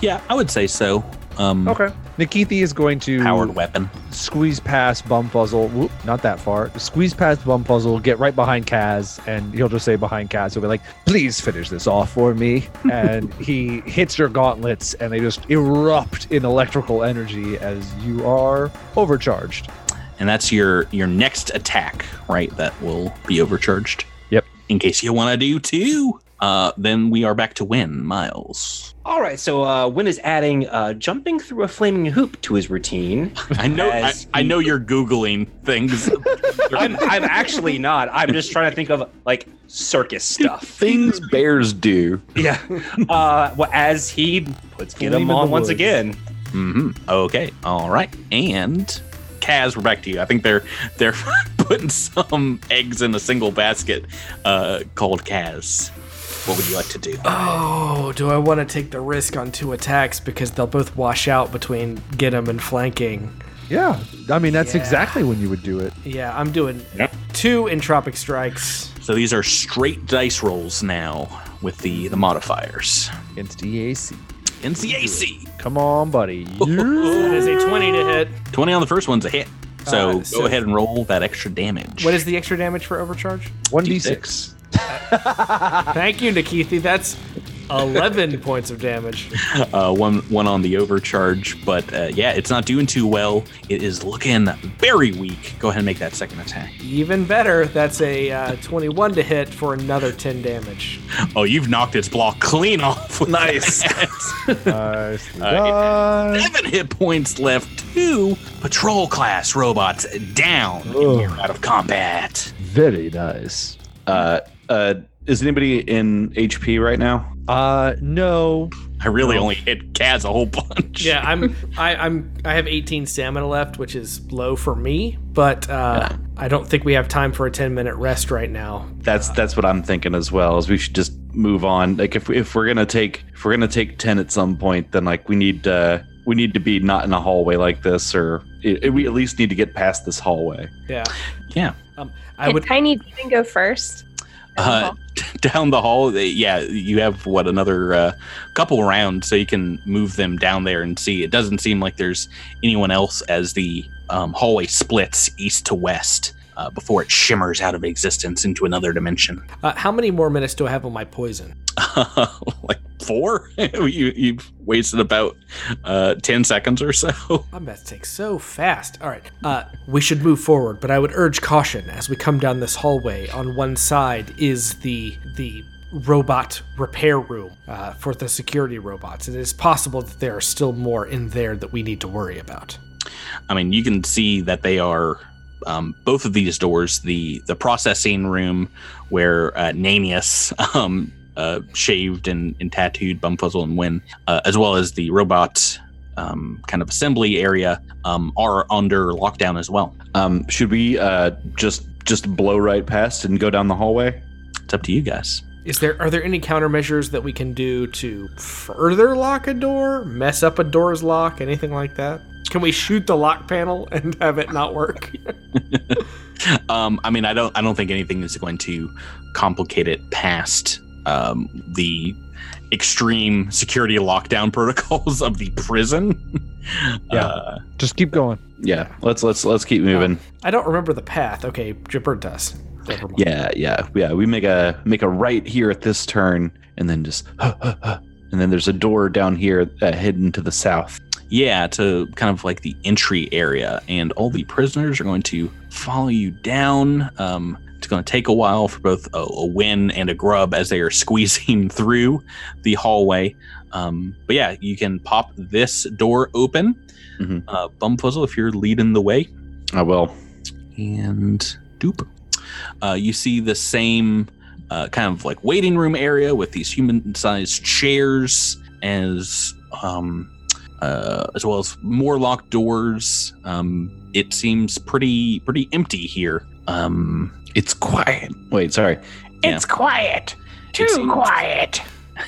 Yeah, I would say so. Um,
Okay.
Nikithi is going to
Powered weapon.
squeeze past Bumfuzzle. Whoop, not that far. Squeeze past Bumfuzzle, get right behind Kaz, and he'll just say behind Kaz, he'll be like, please finish this off for me. And he hits your gauntlets, and they just erupt in electrical energy as you are overcharged.
and that's your your next attack, right? That will be overcharged.
Yep.
In case you want to do two, uh, then we are back to win, Miles.
All right, so uh, Win is adding uh, jumping through a flaming hoop to his routine.
I know. I,
As
I know you're googling things.
I'm, I'm actually not. I'm just trying to think of like circus stuff.
Things bears do.
Yeah. Uh, well, as he puts
Leave
get
in
him
the
on
woods.
once again.
hmm Okay. All right. And Kaz, we're back to you. I think they're they're putting some eggs in a single basket uh, called Kaz. What would you like to do?
Oh, do I want to take the risk on two attacks because they'll both wash out between get 'em and flanking?
Yeah, I mean that's
Yeah.
exactly when you would do it.
Yeah, I'm doing two entropic strikes.
So these are straight dice rolls now with the the modifiers.
E
NCAC.
NCAC.
Come on, buddy.
That is a 20 to hit.
Twenty on the first one's a hit. So go
Ah, so-
ahead and roll that extra damage.
What is the extra damage for overcharge?
One
D6.
Thank you, Nikithi. That's 11 points of damage.
Uh, one one on the overcharge, but uh, yeah, it's not doing too well. It is looking very weak. Go ahead and make that second attack.
Even better, that's a uh, 21 to hit for another 10 damage.
Oh, you've knocked its block clean off. With nice.
nice.
seven hit points left. Two patrol class robots down. You're out of combat.
Very nice.
Uh, uh, is anybody in HP right now?
Uh, no.
I really only hit Kaz a whole bunch.
Yeah, I'm I, I'm I have 18 stamina left, which is low for me, but uh, I don't think we have time for a 10 minute rest right now.
That's that's what I'm thinking as well. Is we should just move on. Like if if we're gonna take if we're gonna take ten at some point, then like we need uh, we need to be not in a hallway like this, or i i- we at least need to get past this hallway.
Yeah.
Yeah.
Um,
Can Tiny Demon go first?
Uh, down the hall, they, yeah, you have what another uh, couple rounds, so you can move them down there and see. It doesn't seem like there's anyone else as the um, hallway splits east to west uh, before it shimmers out of existence into another dimension.
Uh, how many more minutes do I have on my poison?
like four, you, you've wasted about uh, ten seconds or so.
I'm about to take so fast. All right. Uh, we should move forward, but I would urge caution as we come down this hallway. On one side is the the robot repair room uh, for the security robots. It is possible that there are still more in there that we need to worry about.
I mean, you can see that they are um, both of these doors the the processing room where uh, Nanius, um, uh, shaved and, and tattooed Bumfuzzle and Win, uh, as well as the robot um, kind of assembly area, um, are under lockdown as well.
Um, should we uh, just just blow right past and go down the hallway?
It's up to you guys.
Is there are there any countermeasures that we can do to further lock a door, mess up a door's lock, anything like that? Can we shoot the lock panel and have it not work?
um, I mean, I don't, I don't think anything is going to complicate it past um, the extreme security lockdown protocols of the prison.
Yeah.
Uh,
Just keep going.
Yeah, let's let's let's keep moving.
I don't remember the path. Okay, Dripper does. Never mind.
Yeah, yeah, yeah. We make a make a right here at this turn, and then just and then there's a door down here uh, hidden to the south.
yeah, to kind of like the entry area, and all the prisoners are going to follow you down. Um, it's going to take a while for both a, a win and a grub as they are squeezing through the hallway. Um, but yeah, you can pop this door open.
Mhm.
Uh, Bumfuzzle, if you're leading the way,
I will.
and dupe. Uh, you see the same uh, kind of like waiting room area with these human-sized chairs, as um, uh, as well as more locked doors. Um, it seems pretty pretty empty here. Um,
It's quiet. Wait, sorry.
yeah,
It's quiet. Too quiet.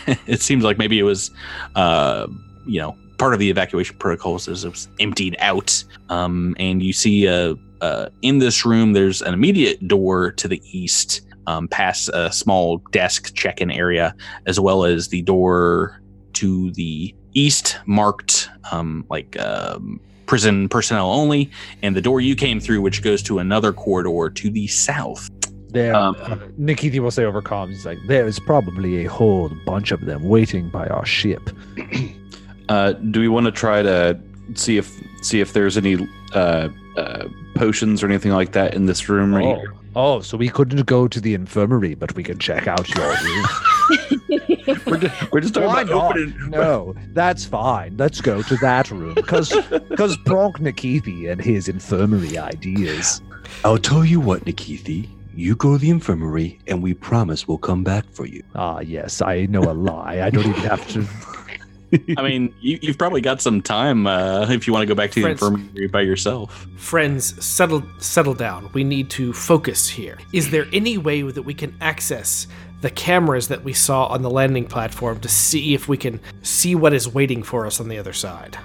it seems like maybe it was, uh, you know, part of the evacuation protocols is it was emptied out. Um, and you see uh, uh, in this room, there's an immediate door to the east, um, past a small desk check in area, as well as the door to the east marked um, like um, prison personnel only, and the door you came through, which goes to another corridor to the south.
There, uh,
Um,
Nikiti will say over comms. He's like,
there is probably a whole bunch of them waiting by our ship.
Uh, do we want to try to see if see if there's any uh, uh, potions or anything like that in this room right
Oh.
here?
oh, so we couldn't go to the infirmary, but we can check out your room.
We're just, we're just talking
Why
about
not?
opening.
No, that's fine. Let's go to that room. Because Pronk Nikithi and his infirmary ideas.
I'll tell you what, Nikithi. You go to the infirmary, and we promise we'll come back for you.
Ah, yes, I know a lie. I don't even have to.
I mean, you, you've probably got some time uh, if you want to go back to the
Friends.
infirmary by yourself.
Friends, settle settle down. We need to focus here. Is there any way that we can access the cameras that we saw on the landing platform to see if we can see what is waiting for us on the other side.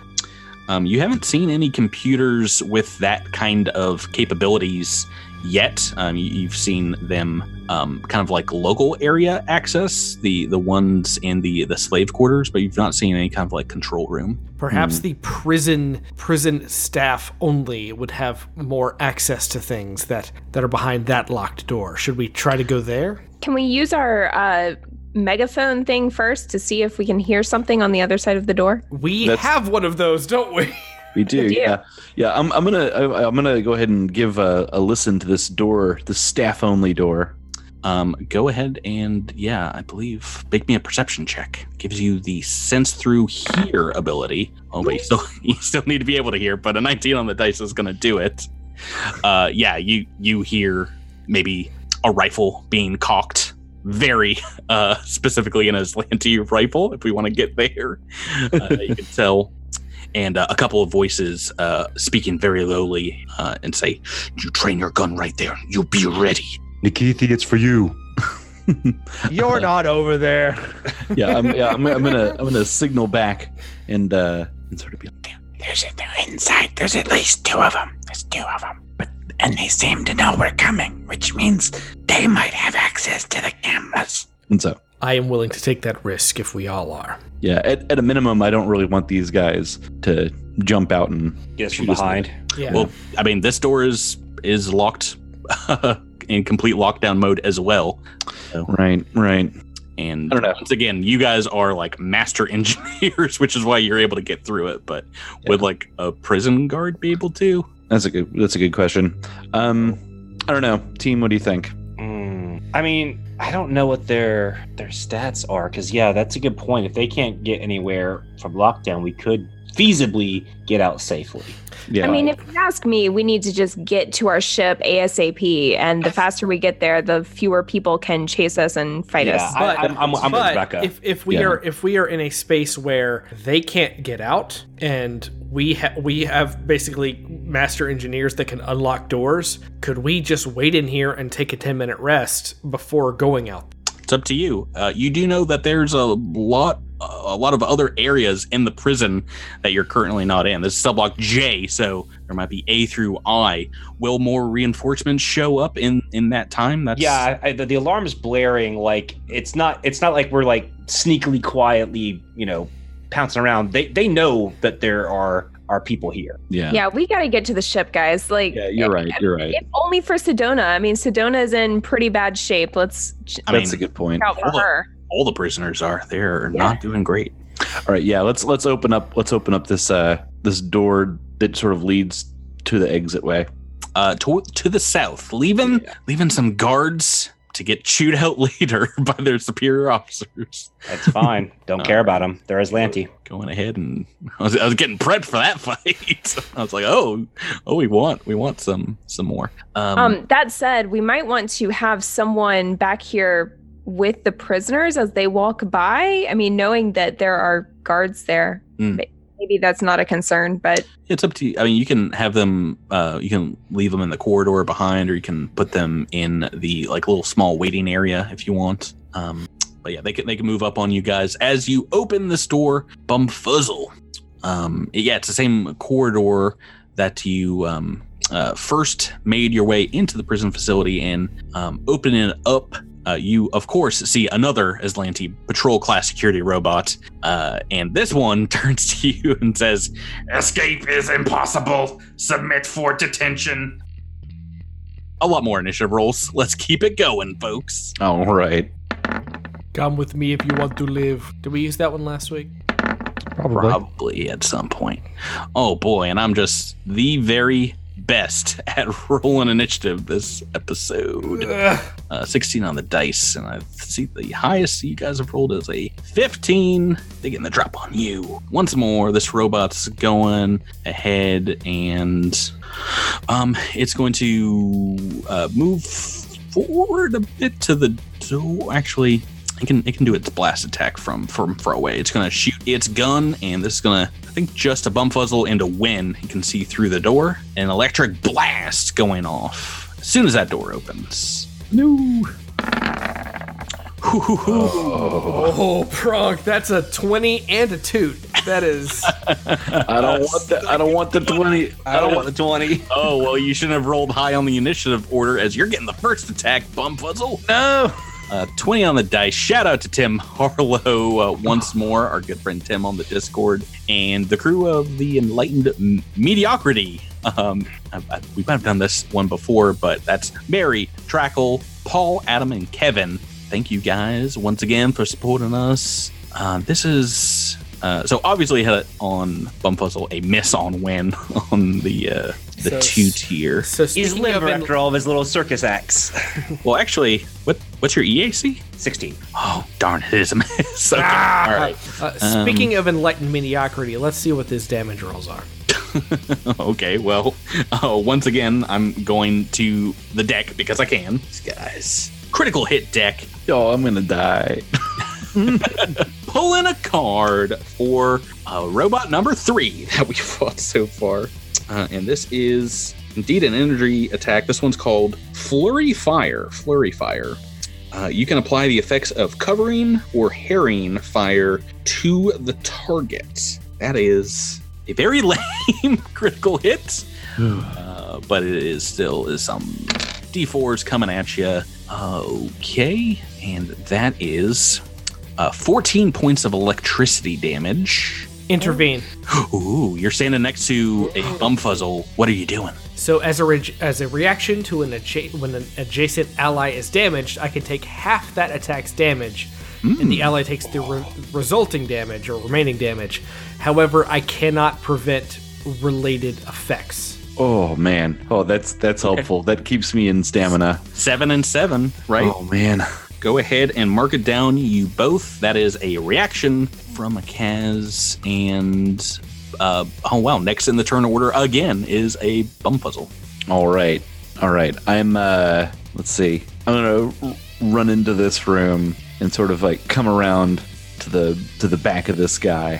Um, you haven't seen any computers with that kind of capabilities yet. Um, you, you've seen them um, kind of like local area access, the the ones in the the slave quarters, but you've not seen any kind of like control room.
Perhaps
Hmm.
the prison prison staff only would have more access to things that that are behind that locked door. Should we try to go there?
Can we use our uh, megaphone thing first to see if we can hear something on the other side of the door?
We
That's-
have one of those, don't we?
We do,
do.
yeah, yeah. I'm, I'm gonna I, I'm gonna go ahead and give a, a listen to this door, the staff only door.
Um, go ahead and yeah, I believe make me a perception check. Gives you the sense through hear ability. Oh, but you still you still need to be able to hear. But a 19 on the dice is going to do it. Uh, yeah, you you hear maybe a rifle being cocked, very uh, specifically an Aslanti rifle. If we want to get there, uh, you can tell. And uh, a couple of voices uh, speaking very lowly uh, and say, "You train your gun right there. You be ready."
Nikithi, it's for you.
You're not over there.
Yeah, I'm, yeah. I'm, I'm gonna I'm gonna signal back and uh and sort of be like,
There's a, they're inside. There's at least two of them. There's two of them. But and they seem to know we're coming, which means they might have access to the cameras.
and so
I am willing to take that risk if we all are.
yeah. At, at a minimum, I don't really want these guys to jump out and
Get us from
shoot us in the-
behind.
Yeah.
Well, I mean, this door is is locked in complete lockdown mode as well.
Right, right.
And
I don't know.
once again, you guys are like master engineers, which is why you're able to get through it. But would like a prison guard be able to?
That's a good. That's a good question. Um, I don't know, team. What do you think?
Mm, I mean, I don't know what their their stats are because yeah, that's a good point. If they can't get anywhere from lockdown, we could feasibly get out safely.
Yeah.
I mean, if you ask me, we need to just get to our ship ASAP, and the faster we get there, the fewer people can chase us and fight
Yeah,
us.
I, I'm, I'm, I'm with
but
Rebecca.
if if we
Yeah.
are if we are in a space where they can't get out and we ha- we have basically master engineers that can unlock doors, could we just wait in here and take a 10 minute rest before going out?
It's up to you. Uh, you do know that there's a lot a lot of other areas in the prison that you're currently not in. This is subblock J, so there might be A through I. Will more reinforcements show up in in that time? That's
yeah, I, I, the, the alarm is blaring. Like it's not it's not like we're like sneakily quietly you know pouncing around. They they know that there are are people here.
Yeah.
yeah, we got to get to the ship, guys. Like,
Yeah, you're right. You're right.
if only for Sedona. I mean, Sedona's in pretty bad shape. Let's ch-
I
That's
mean,
a good point.
out for
hold on.
her.
all the prisoners are. They're
Yeah.
not doing great.
All right, yeah. Let's let's open up. Let's open up this uh this door that sort of leads to the exit way.
uh, to, to the south, leaving leaving some guards to get chewed out later by their superior officers.
That's fine. don't care about them. They're Aslanti.
Going ahead and I was, I was getting prepped for that fight. I was like, oh, oh, we want we want some some more. Um,
Um, that said, we might want to have someone back here with the prisoners as they walk by. I mean, knowing that there are guards there,
Mm.
may- maybe that's not a concern, but
it's up to you. I mean, you can have them. Uh, you can leave them in the corridor behind, or you can put them in the like little small waiting area if you want. Um, but yeah, they can they can move up on you guys as you open this door. Bumfuzzle. Um, yeah, it's the same corridor that you um, uh, first made your way into the prison facility and um, opening it up. Uh, you of course see another Aslanti patrol class security robot, uh, and this one turns to you and says,
Escape is impossible. Submit for detention.
a lot more initiative rolls. Let's keep it going, folks.
All right.
Come with me if you want to live. Did we use that one last week?
Probably.
Probably at some point. Oh boy, and I'm just the very best at rolling initiative this episode. Uh, 16 on the dice, and I see the highest you guys have rolled is a 15. They're getting the drop on you. Once more, this robot's going ahead and um, it's going to uh, move forward a bit to the door. Actually, it can it can do its blast attack from from far away. It's gonna shoot its gun, and this is gonna I think just a bumfuzzle and a win. You can see through the door an electric blast going off as soon as that door opens. No.
Oh, Prunk, that's a 20 and a toot. That is.
I don't want the I don't want the twenty.
I don't want the twenty. Oh well, you shouldn't have rolled high on the initiative order as you're getting the first attack. Bum puzzle. No. Uh, 20 on the dice. Shout out to Tim Harlow uh, once more, our good friend Tim on the Discord, and the crew of the Enlightened M- Mediocrity. Um, I, I, we might have done this one before, but that's Mary, Trackle, Paul, Adam, and Kevin. Thank you guys once again for supporting us. Uh, this is uh, so obviously had it on Bumfuzzle a miss on win on the uh, the
So-
two tier.
So
He's limber after all of his little circus acts.
well, actually, what what's your E EAC?
Sixteen.
Oh darn, it is a miss. Okay, all right.
Uh,
Um,
speaking of enlightened mediocrity, let's see what his damage rolls are.
okay, well, uh, once again, I'm going to the deck because I can. These guys. Critical hit deck.
Oh, I'm going to die.
Pull in a card for uh, robot number three that we fought so far. Uh, and this is indeed an energy attack. This one's called Flurry Fire. Flurry Fire. Uh, you can apply the effects of covering or herring fire to the target. That is a very lame critical hit. Uh, but it is still is some d4s coming at you. Okay, and that is uh, 14 points of electricity damage.
Intervene.
Ooh, you're standing next to a bumfuzzle. What are you doing?
So as a re- as a reaction to an adja- when an adjacent ally is damaged, I can take half that attack's damage, and the ally takes the re- resulting damage or remaining damage. However, I cannot prevent related effects.
Oh man. Oh, that's that's helpful. That keeps me in stamina.
Seven and seven, right?
Oh man.
Go ahead and mark it down, you both. That is a reaction from a Kaz. And, uh, oh wow, next in the turn order again is a bumfuzzle.
All right. All right. I'm uh let's see. I'm going to run into this room and sort of like come around to the to the back of this guy.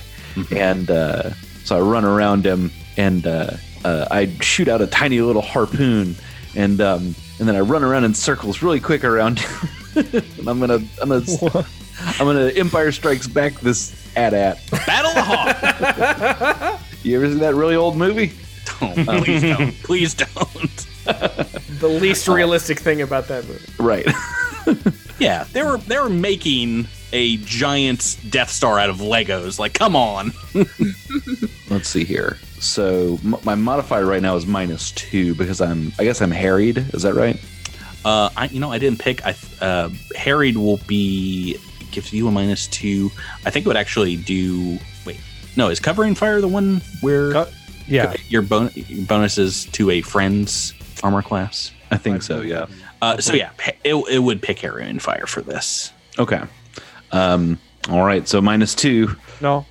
And uh so I run around him and uh, uh I shoot out a tiny little harpoon and um and then I run around in circles really quick around him. and I'm going to I'm going to I'm going to Empire Strikes Back this at at.
Battle of Hawk.
you ever seen that really old movie?
Don't. Please don't. Please don't.
The least realistic thing about that movie.
Right.
Yeah, they were they were making a giant Death Star out of Legos. Like, come on.
Let's see here. So m- my modifier right now is minus two because I'm, I guess I'm harried. Is that right?
Uh, I, you know, I didn't pick. I th- uh, harried will be gives you a minus two. I think it would actually do. Wait, no, is covering fire the one where?
yeah.
your, bon- your bonuses to a friend's armor class.
I think so. Yeah.
Uh, so yeah, ha- it, it would pick harrying fire for this.
Okay. Um, all right. So minus two.
No.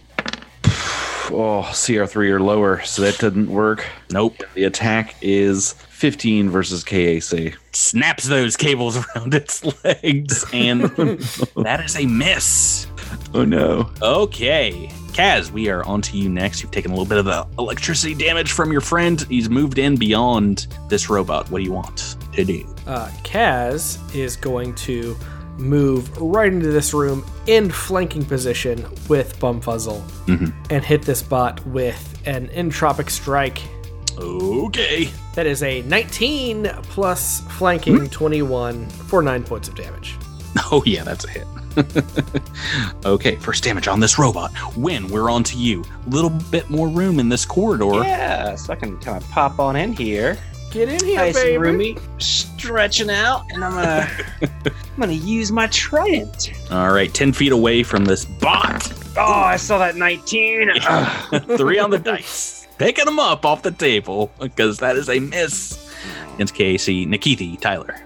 Oh, CR three or lower. So that doesn't work.
Nope.
The attack is 15 versus KAC.
Snaps those cables around its legs, and that is a miss.
Oh no.
Okay. Kaz, we are on to you next. You've taken a little bit of the electricity damage from your friend. He's moved in beyond this robot. What do you want to do?
Uh, Kaz is going to move right into this room in flanking position with Bumfuzzle and hit this bot with an entropic strike.
Okay.
That is a 19 plus flanking 21 for 9 points of damage.
Oh, yeah, that's a hit. okay, first damage on this robot. Win, we're on to you. Little bit more room in this corridor.
Yeah, so I can kind of pop on in here.
Get in
here, Nice and baby. roomy.
Stretching out, and I'm gonna, I'm gonna use my trident.
All right, 10 feet away from this bot.
Oh, I saw that 19. Ugh.
Three on the dice. Picking them up off the table because that is a miss against KAC. Nikithi, Tyler.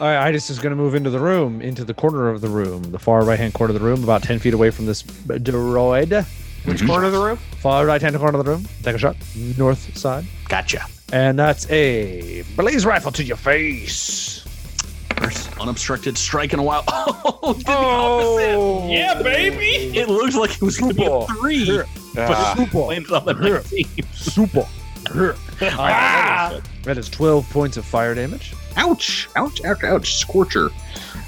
All right, Itis is going to move into the room, into the corner of the room, the far right hand corner of the room, about 10 feet away from this b- droid.
Which corner of the room?
Far right hand corner of the room. Take a shot. North side.
Gotcha.
And that's a blaze rifle to your face.
First unobstructed strike in a while. Oh, did the
opposite.
Yeah, baby. It looked like it was going to be a three, but
Ah.
it landed on the 19.
Super. Ah! That is 12 points of fire damage.
Ouch! Ouch, ouch, ouch. Scorcher.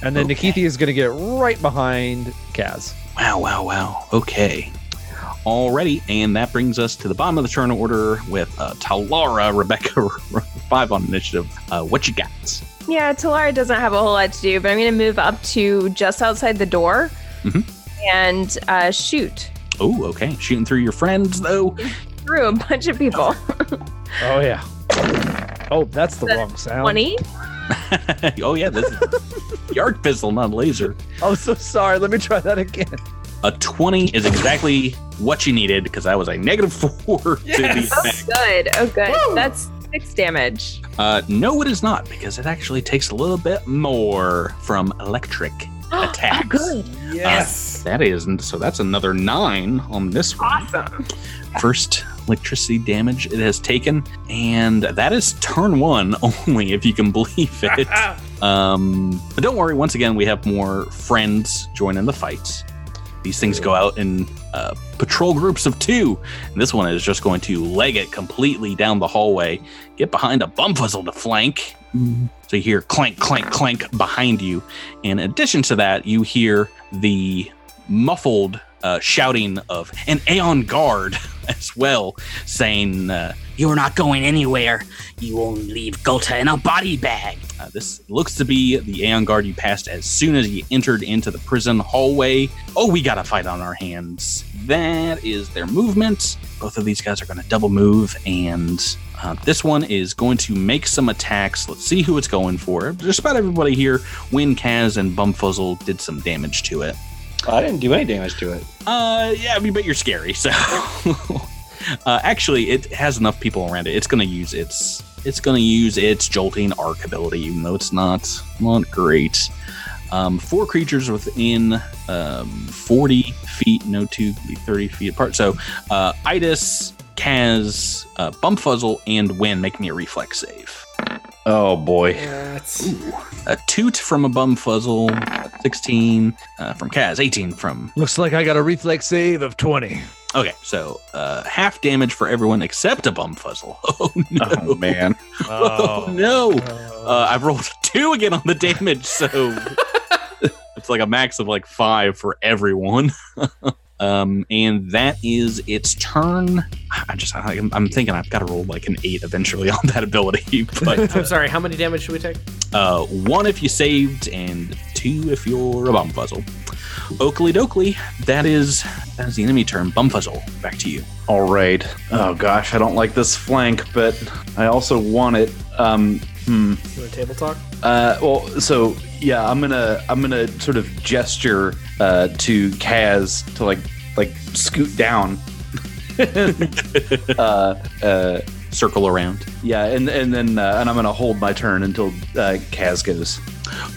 And then Nikithi is going to get right behind Kaz.
Wow, wow, wow. Okay. Alrighty, and that brings us to the bottom of the turn order with uh, Talara, Rebecca, five on initiative. Uh, what you got?
Yeah, Talara doesn't have a whole lot to do, but I'm going to move up to just outside the door
Mhm.
and uh, shoot
Oh, okay. Shooting through your friends, though.
through a bunch of people.
Oh, yeah. Oh, that's the wrong sound.
20?
oh, yeah, this is the arc pistol, not a laser.
I'm so sorry. Let me try that again.
A 20 is exactly what you needed because I was a negative four to the
Oh,
attack.
good. Oh, good. That's six damage.
Uh, no, it is not because it actually takes a little bit more from electric attack.
good.
Yes. that is so. That's another nine on this one.
Awesome.
First electricity damage it has taken, and that is turn one only, if you can believe it. um, but don't worry. Once again, we have more friends joining the fight. These things go out in uh, patrol groups of two. And this one is just going to leg it completely down the hallway, get behind a bumfuzzle to flank. So you hear clank, clank, clank behind you. In addition to that, you hear the muffled uh, shouting of an Aeon guard as well, saying, uh,
You're not going anywhere. You only leave Gulta in a body bag.
uh, this looks to be the Aeon Guard you passed as soon as you entered into the prison hallway. Oh, we got a fight on our hands. That is their movement. Both of these guys are going to double move, and uh, this one is going to make some attacks. Let's see who it's going for. Just about everybody here, Win, Kaz, and Bumfuzzle did some damage to it.
I didn't do any damage to it.
Uh, yeah, I mean, but you're scary, so. uh, actually, it has enough people around it. It's gonna use its it's gonna use its jolting arc ability, even though it's not not great. Um, four creatures within um, 40 feet, no two, could be 30 feet apart. So, uh, Itis, Kaz, uh, Bumfuzzle, and Win make me a reflex save.
Oh boy.
Ooh. A toot from a Bumfuzzle, a 16 uh, from Kaz, 18 from
Looks like I got a reflex save of 20.
Okay, so uh, half damage for everyone except a bumfuzzle. Oh no,
man!
Oh,
Um,
no! Uh, I've rolled a two again on the damage, so it's like a max of like five for everyone. um, and that is its turn. I just I, am I'm thinking I've got to roll like an eight eventually on that ability, but
I'm sorry, how many damage should we take?
uh, one if you saved, and two if you're a bumfuzzle. Oakley dokley, that is that is the enemy turn. Bumfuzzle, back to you.
All right. Oh gosh, I don't like this flank, but I also want it. Um, hmm.
You want a table talk?
Uh, well, so yeah, I'm gonna I'm gonna sort of gesture uh, to Kaz to like like scoot down, uh, uh,
circle around.
Yeah, and and then uh, and I'm gonna hold my turn until uh, Kaz goes.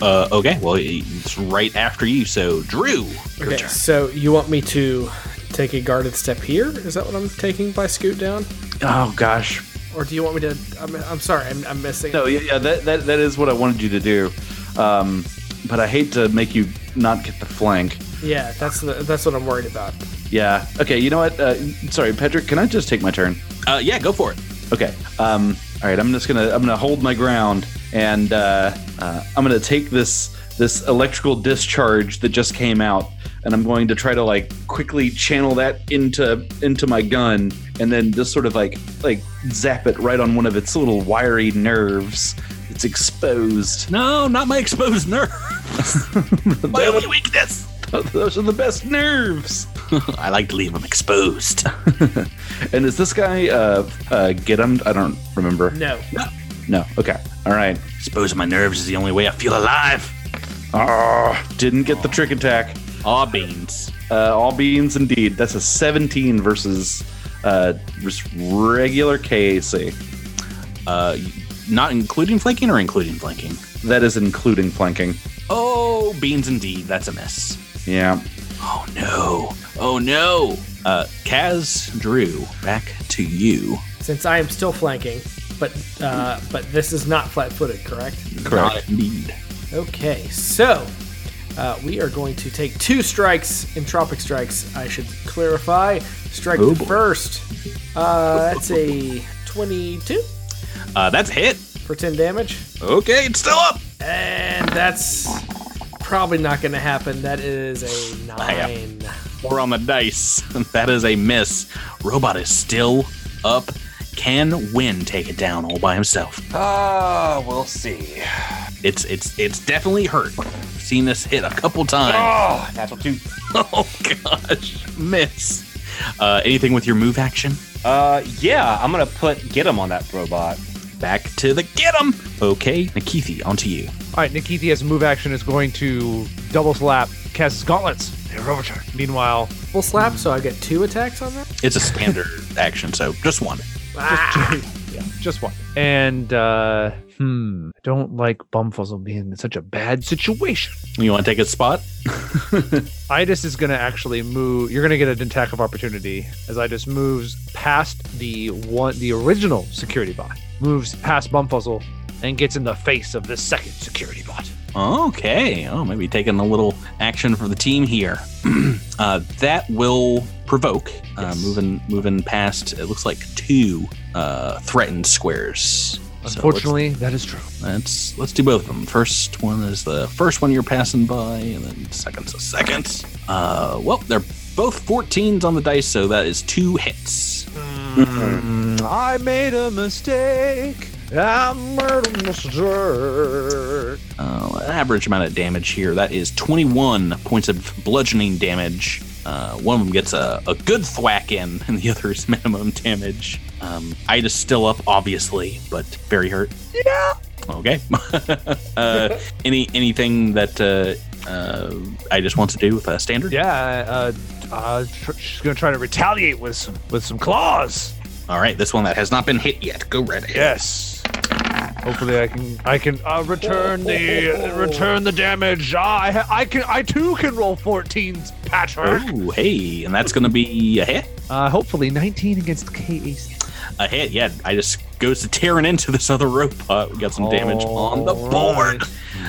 Uh, okay, well it's right after you. So Drew, your
Okay,
turn.
so you want me to take a guarded step here? Is that what I'm taking by scoot down?
Oh gosh.
Or do you want me to? I'm, I'm sorry, I'm, I'm missing.
No, yeah, yeah that, that that is what I wanted you to do, um, but I hate to make you not get the flank.
Yeah, that's the, that's what I'm worried about.
Yeah. Okay. You know what? Uh, sorry, Patrick. Can I just take my turn?
Uh, yeah, go for it.
Okay. Um, all right. I'm just gonna I'm gonna hold my ground, and uh, uh, I'm gonna take this this electrical discharge that just came out, and I'm going to try to like quickly channel that into into my gun, and then just sort of like like zap it right on one of its little wiry nerves. It's exposed.
No, not my exposed nerve.
my
only weakness.
Those are the best nerves.
I like to leave them exposed.
and is this guy uh, uh, get him? I don't remember.
No.
No. Okay. All right.
Exposing my nerves is the only way I feel alive.
Ah, didn't get the trick attack.
All beans.
Uh, all beans, indeed. That's a 17 versus uh, just regular KAC.
Uh, not including flanking or including flanking?
That is including flanking.
Oh, beans indeed. That's a miss.
Yeah.
Oh no. Oh no. Uh, Kaz, Drew, back to you.
Since I am still flanking, but uh, but this is not flat-footed, correct?
Not indeed.
Okay, so uh, we are going to take two strikes, entropic strikes, I should clarify. Strike
Oh,
the
boy.
first. Uh, that's a 22.
Uh, that's a hit.
For 10 damage.
Okay, it's still up.
And that's probably not going to happen. That is a 9.
Four on the dice. that is a miss. Robot is still up. Can Win take it down all by himself?
Ah, we'll see.
It's it's it's definitely hurt. Seen this hit a couple times.
Oh, natural two.
Oh gosh, miss. Uh, anything with your move action?
Uh, yeah, I'm gonna put get him on that robot.
Back to the get him. Okay, Nikithi, onto you.
All right, Nikithi has a move action. Is going to double slap Kaz's gauntlets. They overcharge. Meanwhile,
full slap, so I get two attacks on that.
It's a standard action, so just one.
Just, yeah, just one. And uh, hmm, I don't like Bumfuzzle being in such a bad situation.
You want to take a spot?
Idis is going to actually move. You're going to get an attack of opportunity as Idis moves past the one, the original security bot, moves past Bumfuzzle, and gets in the face of the second security bot.
Okay. Oh, maybe taking a little action for the team here. uh, that will provoke. Uh, moving moving past. It looks like two uh, threatened squares. So let's-
Unfortunately, that is true.
let's let's do both of them. First one is the first one you're passing by, and then seconds a seconds. Uh, well, they're both 14s on the dice, so that is two hits.
Mm, I made a mistake. I made a mistake.
Uh, average amount of damage here. That is 21 points of bludgeoning damage. Uh, one of them gets a, a good thwack in, and the other is minimum damage. Um, Ida's still up, obviously, but very hurt.
Yeah.
Okay. uh, any anything that uh, uh, I just wants to do with a standard?
Yeah. Uh, uh, tr- she's gonna try to retaliate with some with some claws.
All right, this one that has not been hit yet. Go right ahead.
Yes. Hopefully, I can I can uh, return the return the damage. Ah, I ha- I can I too can roll 14s, Patrick.
Ooh, Oh, hey, and that's going to be a hit.
Uh, hopefully, 19 against KAC.
A hit, yeah. I just goes to tearing into this other robot. We got some damage on the board.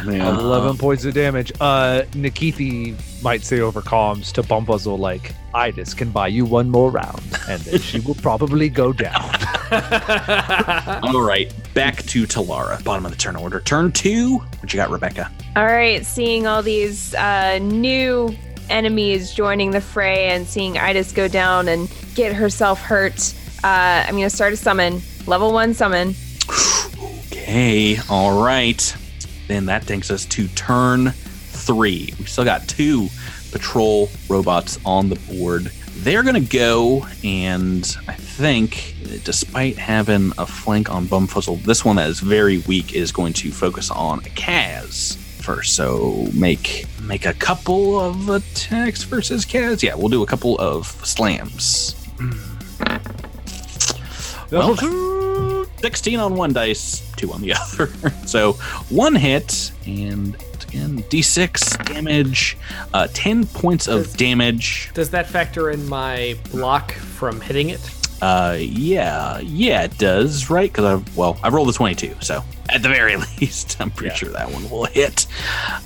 Yeah.
11 points of damage. Uh, Nikithi might say over comms to Bumpuzzle, like, Idis can buy you one more round, and then she will probably go down.
All right, back to Talara. Bottom of the turn order. Turn two. What you got, Rebecca?
All right, seeing all these uh, new enemies joining the fray and seeing Idis go down and get herself hurt, uh, I'm going to start a summon, level one summon.
Okay, all right. Then that takes us to turn three. We still got two patrol robots on the board. They're going to go, and I think, despite having a flank on Bumfuzzle, this one that is very weak is going to focus on Kaz first. So make make a couple of attacks versus Kaz. Yeah, we'll do a couple of slams. Well, 16 on one dice, two on the other. so one hit, and again, d6 damage, uh, 10 points of damage.
Does that factor in my block from hitting it?
Uh, yeah, yeah, it does, right? Because I, well, I rolled a 22, so at the very least, I'm pretty sure that one will hit.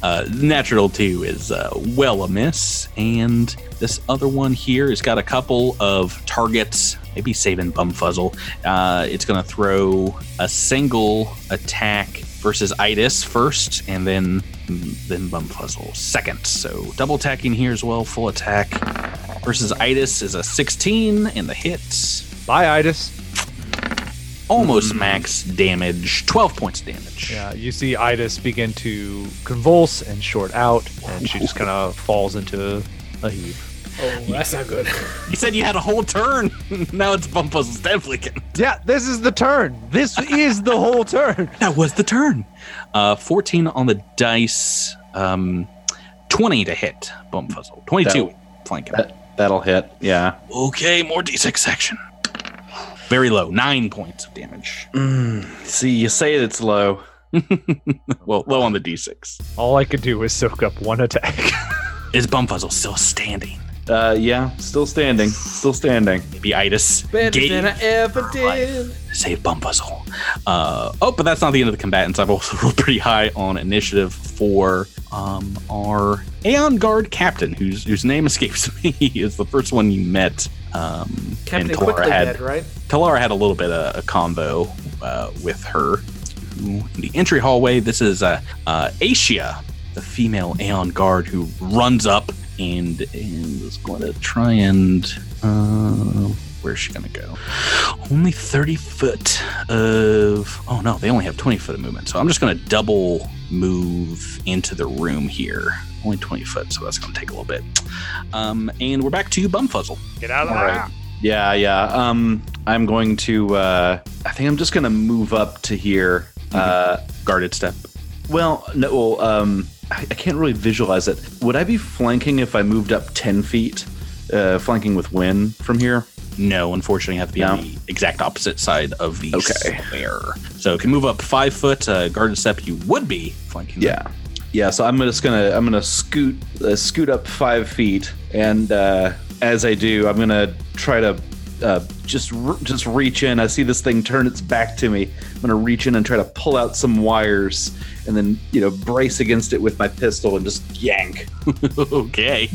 Uh, natural 2 is uh, well a miss, and this other one here has got a couple of targets, maybe saving Bumfuzzle. Uh, it's going to throw a single attack versus Itis first, and then then Bumfuzzle second. So double attacking here as well, full attack versus Itis is a 16 and the hit.
Bye, Itis.
Almost max damage, 12 points of damage.
Yeah, you see Idis begin to convulse and short out, and she just kind of falls into a heap.
Oh, that's not good.
You said you had a whole turn. now it's Bumfuzzle's definitely getting.
Yeah, this is the turn. This is the whole turn.
That was the turn. Uh, 14 on the dice, um, 20 to hit Bumfuzzle, 22 flanking.
That'll hit. Yeah.
Okay, more d6 action. Very low, nine points of damage.
See, you say it's low.
well, low on the d6.
All I could do was soak up one attack.
Is Bumfuzzle still standing?
Uh, yeah, still standing. Still standing.
Maybe itis.
ever did.
Save Bumfuzzle. Uh, oh, but that's not the end of the combatants. I've also rolled pretty high on initiative for um, our Aeon Guard captain, whose whose name escapes me. He is the first one you met. Um,
Captain Quickly Dead, right?
Talara had a little bit of a combo uh, with her. Ooh, In the entry hallway, this is uh, uh, Asia, the female Aeon guard who runs up and, and is going to try and. Uh, where's she going to go? Only 30 foot of. Oh no, they only have 20 foot of movement. So I'm just going to double move into the room here. Only 20 foot, so that's going to take a little bit. Um, and we're back to Bumfuzzle.
Get out of
All right. Yeah, yeah. Um, I'm going to. Uh, I think I'm just going to move up to here. Uh,
Guarded step.
Well, no. Well, um, I, I can't really visualize it. Would I be flanking if I moved up ten feet? Uh, flanking with Win from here.
No, unfortunately, I have to be on the exact opposite side of the square. So it can move up five foot. Uh, guarded step, you would be flanking.
Yeah, yeah. So I'm just gonna I'm gonna scoot uh, scoot up five feet, and uh, as I do, I'm gonna try to uh, just re- just reach in. I see this thing turn its back to me. I'm gonna reach in and try to pull out some wires, and then you know brace against it with my pistol and just yank.
okay.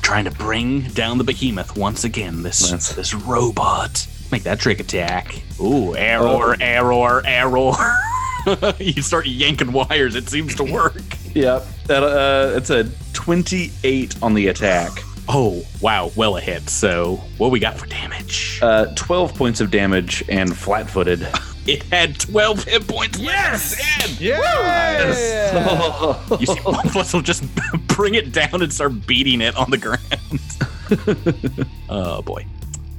Trying to bring down the behemoth once again. This this robot. Make that trick attack. Ooh, error, error, error. you start yanking wires. It seems to work.
Yep. That uh, it's a 28 on the attack.
Oh, wow. Well, a hit. So, what we got for damage?
Uh, 12 points of damage and flat footed.
It had 12 hit points. Yes!
Yes!
you see one of us will just bring it down and start beating it on the ground. oh, boy.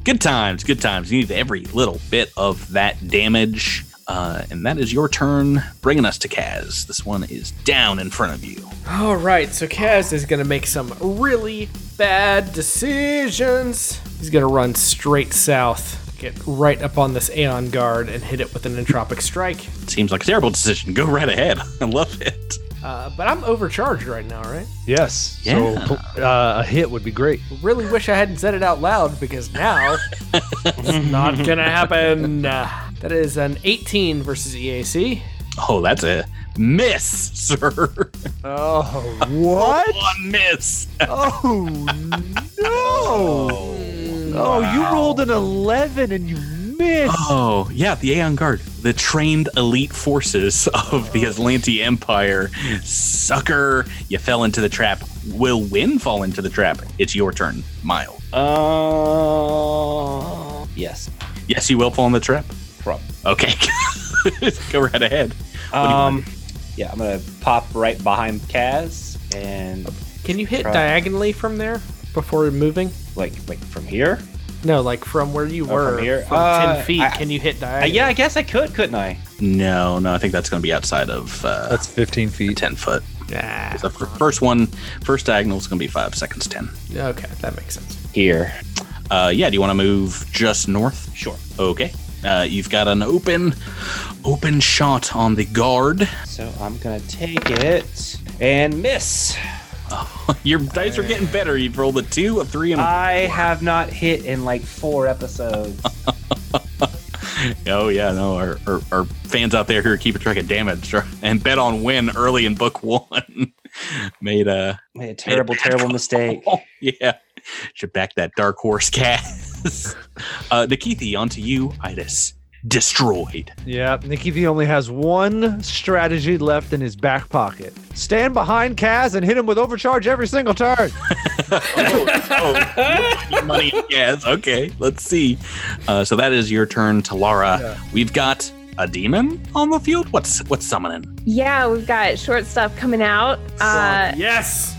Good times, good times. You need every little bit of that damage. Uh, and that is your turn, bringing us to Kaz. This one is down in front of you.
All right, so Kaz is gonna make some really bad decisions. He's gonna run straight south, get right up on this Aeon guard, and hit it with an entropic strike.
It seems like a terrible decision. Go right ahead. I love it.
Uh, but I'm overcharged right now, right?
Yes.
Yeah.
So pl- uh, a hit would be great.
Really wish I hadn't said it out loud because now it's not gonna happen. Uh, that is an 18 versus E EAC.
Oh, that's a miss, sir.
Oh, what?
One miss.
Oh no! Oh, you rolled an eleven and you missed.
Oh, yeah, the Aeon Guard, the trained elite forces of the Aslanti Empire. Sucker, you fell into the trap. Will Win fall into the trap? It's your turn, Mile.
Oh. yes.
Yes, you will fall in the trap?
Probably.
Okay. Go right ahead.
Um, yeah, I'm gonna pop right behind Kaz and
Can you hit
Try.
diagonally from there before moving?
like like from here.
No, like from where you
Oh,
were.
from here?
from
Uh,
10 feet,
I-
can you hit
Uh,
diagonally?
yeah, I guess I could, couldn't I?
No, no, I think that's going to be outside of. Uh,
that's 15 feet.
10 foot. Yeah. The fir- first one, first diagonal is going to be five seconds, 10.
Okay, that makes sense.
Here.
Uh, yeah, do you want to move just north?
Sure.
Okay. Uh, you've got an open, open shot on the guard.
So I'm gonna take it and miss.
Your dice are getting better. You've rolled a two, a three, and
Uh,
a
I have not hit in like four episodes.
Oh yeah, no, our, our, our fans out there who are keeping track of damage right? and bet on win early in book one made a
Made a terrible, terrible mistake.
yeah. Should back that dark horse cat. uh, Nikithi, onto you, Itis. Destroyed.
Yeah, Nikithi only has one strategy left in his back pocket. Stand behind Kaz and hit him with overcharge every single turn.
Money, yes. Okay, let's see. Uh, so that is your turn, Talara. We've got a demon on the field. What's what's summoning?
Yeah, we've got short stuff coming out. Uh,
yes.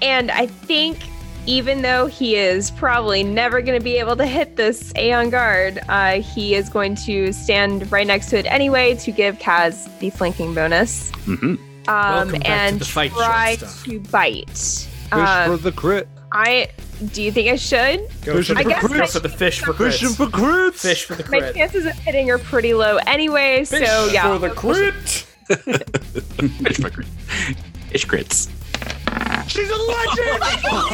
And I think even though he is probably never going to be able to hit this Aeon Guard, uh, he is going to stand right next to it anyway to give Kaz the flanking bonus.
Mm-hmm.
Um,
Welcome back to
and
the fight, short
try
stuff.
to bite.
Push
Um,
Uh,
for the crit.
I do you think I should?
Go
I
for, the
guess
crits.
my,
Go for the fish for
Push him
crits.
for crits.
Fish for the
my
crit.
chances of hitting are pretty low anyway. so
Fish
yeah,
for the
I'll-
crit.
Ish crits.
She's a legend!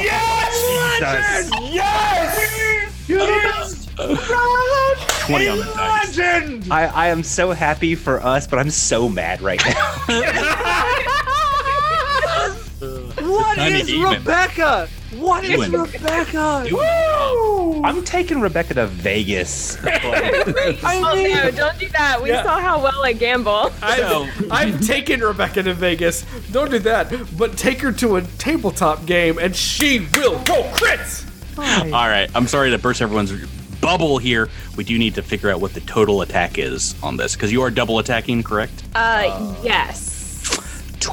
yes!
Jesus.
Legend! Yes! You're the best!
20 on the dice.
Legend!
I, I am so happy for us, but I'm so mad right now.
What
Tiny
is
demon.
Rebecca? What is
Doing.
Rebecca?
I'm taking Rebecca to Vegas.
oh, no, don't do that. We
Yeah.
saw how well I gamble.
I've, I've taken Rebecca to Vegas. Don't do that. But take her to a tabletop game, and she will go crits.
All right. I'm sorry to burst everyone's bubble here. We do need to figure out what the total attack is on this because you are double attacking, correct?
Uh, yes.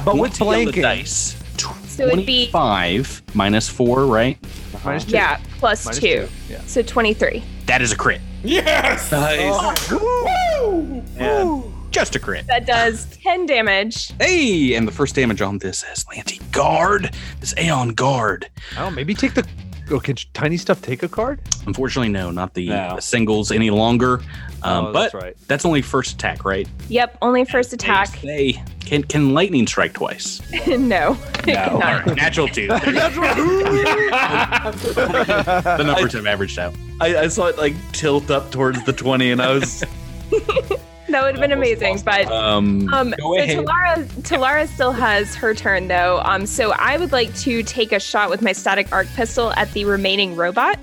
But with blanking. Dice,
So it'd be
25 minus 4, right?
yeah, plus
Minus
two.
two, yeah.
So twenty-three.
That is a crit.
Yes.
Nice.
Woo!
Yeah. Just a crit.
That does ten damage.
Hey, and the first damage on this is Lanty Guard. This Aeon Guard.
Oh, maybe take the. Oh, can tiny stuff take a card?
Unfortunately, no, not the,
No.
the singles any longer. Um,
Oh,
but
that's right.
that's only first attack, right?
Yep. Only first attack.
Hey, can can lightning strike twice?
no.
All
Not.
right, natural two. the numbers have averaged out.
I, I saw it like tilt up towards the 20, and I was.
That would have been amazing, but
Um,
um,
go
so
ahead.
Talara, Talara still has her turn though. Um, so I would like to take a shot with my static arc pistol at the remaining robot.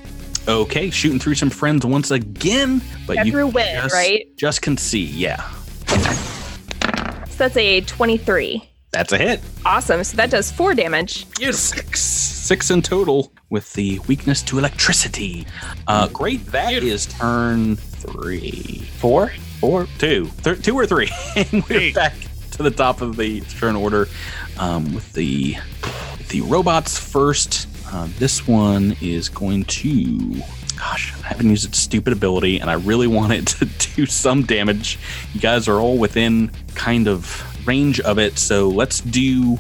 Okay, shooting through some friends once again, but
Yeah,
you
through wit,
just,
right?
Just can see, yeah.
So that's a twenty-three.
That's a hit.
Awesome. So that does four damage.
Yes. Six in total with the weakness to electricity. Uh, great. That is turn three, four, four, two, Thir- two or three, and we're back to the top of the turn order um, with the with the robots first. Um, this one is going to. Gosh, I haven't used its stupid ability, and I really want it to do some damage. You guys are all within kind of range of it, so let's do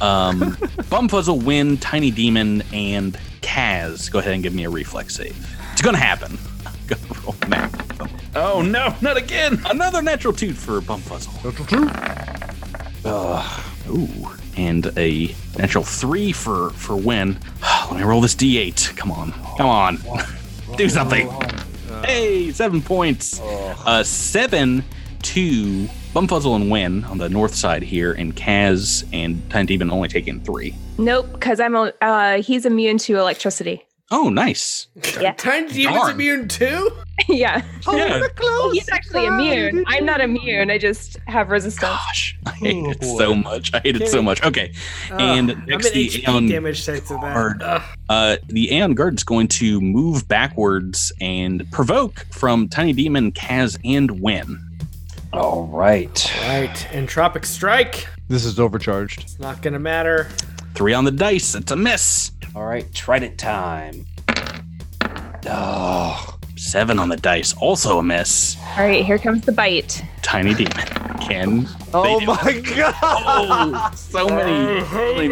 um, Bumfuzzle, Win, Tiny Demon, and Kaz. Go ahead and give me a reflex save. It's gonna happen. Gonna roll now. Oh no, not again! Another natural two for Bumfuzzle. Natural two. ooh, and a natural three for for Win. Let me roll this D8. Come on, come on, do something. Hey, seven points. Uh, seven to Bumfuzzle and Win on the north side here, and Kaz and Tiny Demon only taking three.
Nope, because I'm a, uh, he's immune to electricity.
Oh, nice.
Yeah.
Tiny Demon's
Darn.
immune too.
yeah.
Oh, Yeah. we're
Well, he's actually immune. I'm not immune. I just have resistance.
I hate it so much. I hate it so
Okay.
much. Okay,
Ugh,
and
I'm an
next the
HP
Aeon
damage type of
Guard.
that. Ugh.
Uh, the Aeon Guard is going to move backwards and provoke from Tiny Demon, Kaz, and Win.
All
right.
Right, Entropic Strike.
This is overcharged.
It's not gonna matter.
Three on the dice. It's a miss.
All right, Trident time.
Oh, seven on the dice. Also a miss.
All right, here comes the bite.
Tiny Demon. Can.
Oh
they do
my
it?
god!
Oh, so many. so many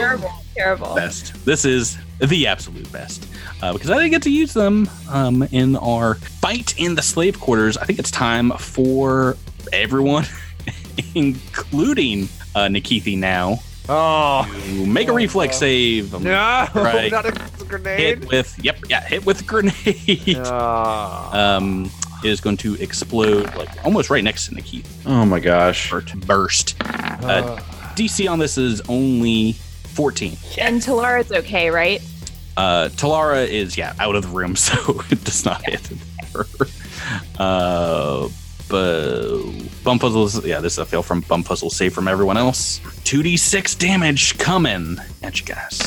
Terrible, terrible.
best. This is the absolute best uh, because I didn't get to use them um, in our fight in the slave quarters. I think it's time for everyone, including uh, Nikithi now. Oh, make a reflex save. I'm right. hit with yep, yeah, hit with grenade. Um, it is going to explode like almost right next to Nikithi.
Oh my gosh.
Burst. Uh, DC on this is only 14.
And Talara's okay, right?
Uh, Talara is yeah out of the room, so it does not hit her. Uh, but bump puzzles, yeah, this is a fail from bump puzzle, save from everyone else. Two d six damage coming at you guys.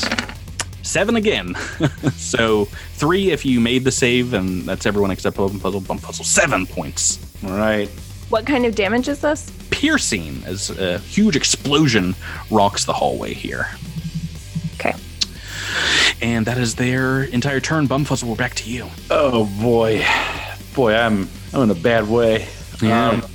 Seven again, so three if you made the save, and that's everyone except bump puzzle. Bump puzzle seven points. All right
What kind of damage is this?
piercing as a huge explosion rocks the hallway here.
Okay.
And that is their entire turn. Bumfuzzle, we're back to you.
Oh boy, boy, I'm I'm in a bad way.
Yeah.
Um,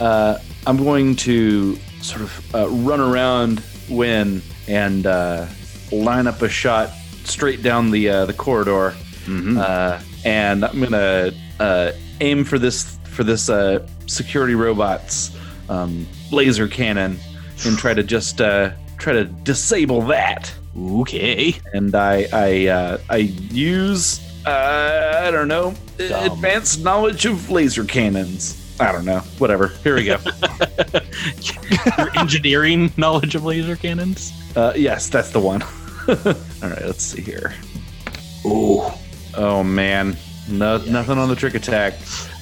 uh, I'm going to sort of uh, run around Win and uh, line up a shot straight down the uh, the corridor, uh, and I'm gonna uh, aim for this for this uh, security robot's um, laser cannon and try to just uh, try to disable that.
Okay.
And I I uh, I use uh, I don't know advanced knowledge of laser cannons. I don't know. Whatever. Here we go.
Your engineering knowledge of laser cannons.
Uh, yes, that's the one. All right, let's see here. Ooh. Oh man, no, nothing on the trick attack.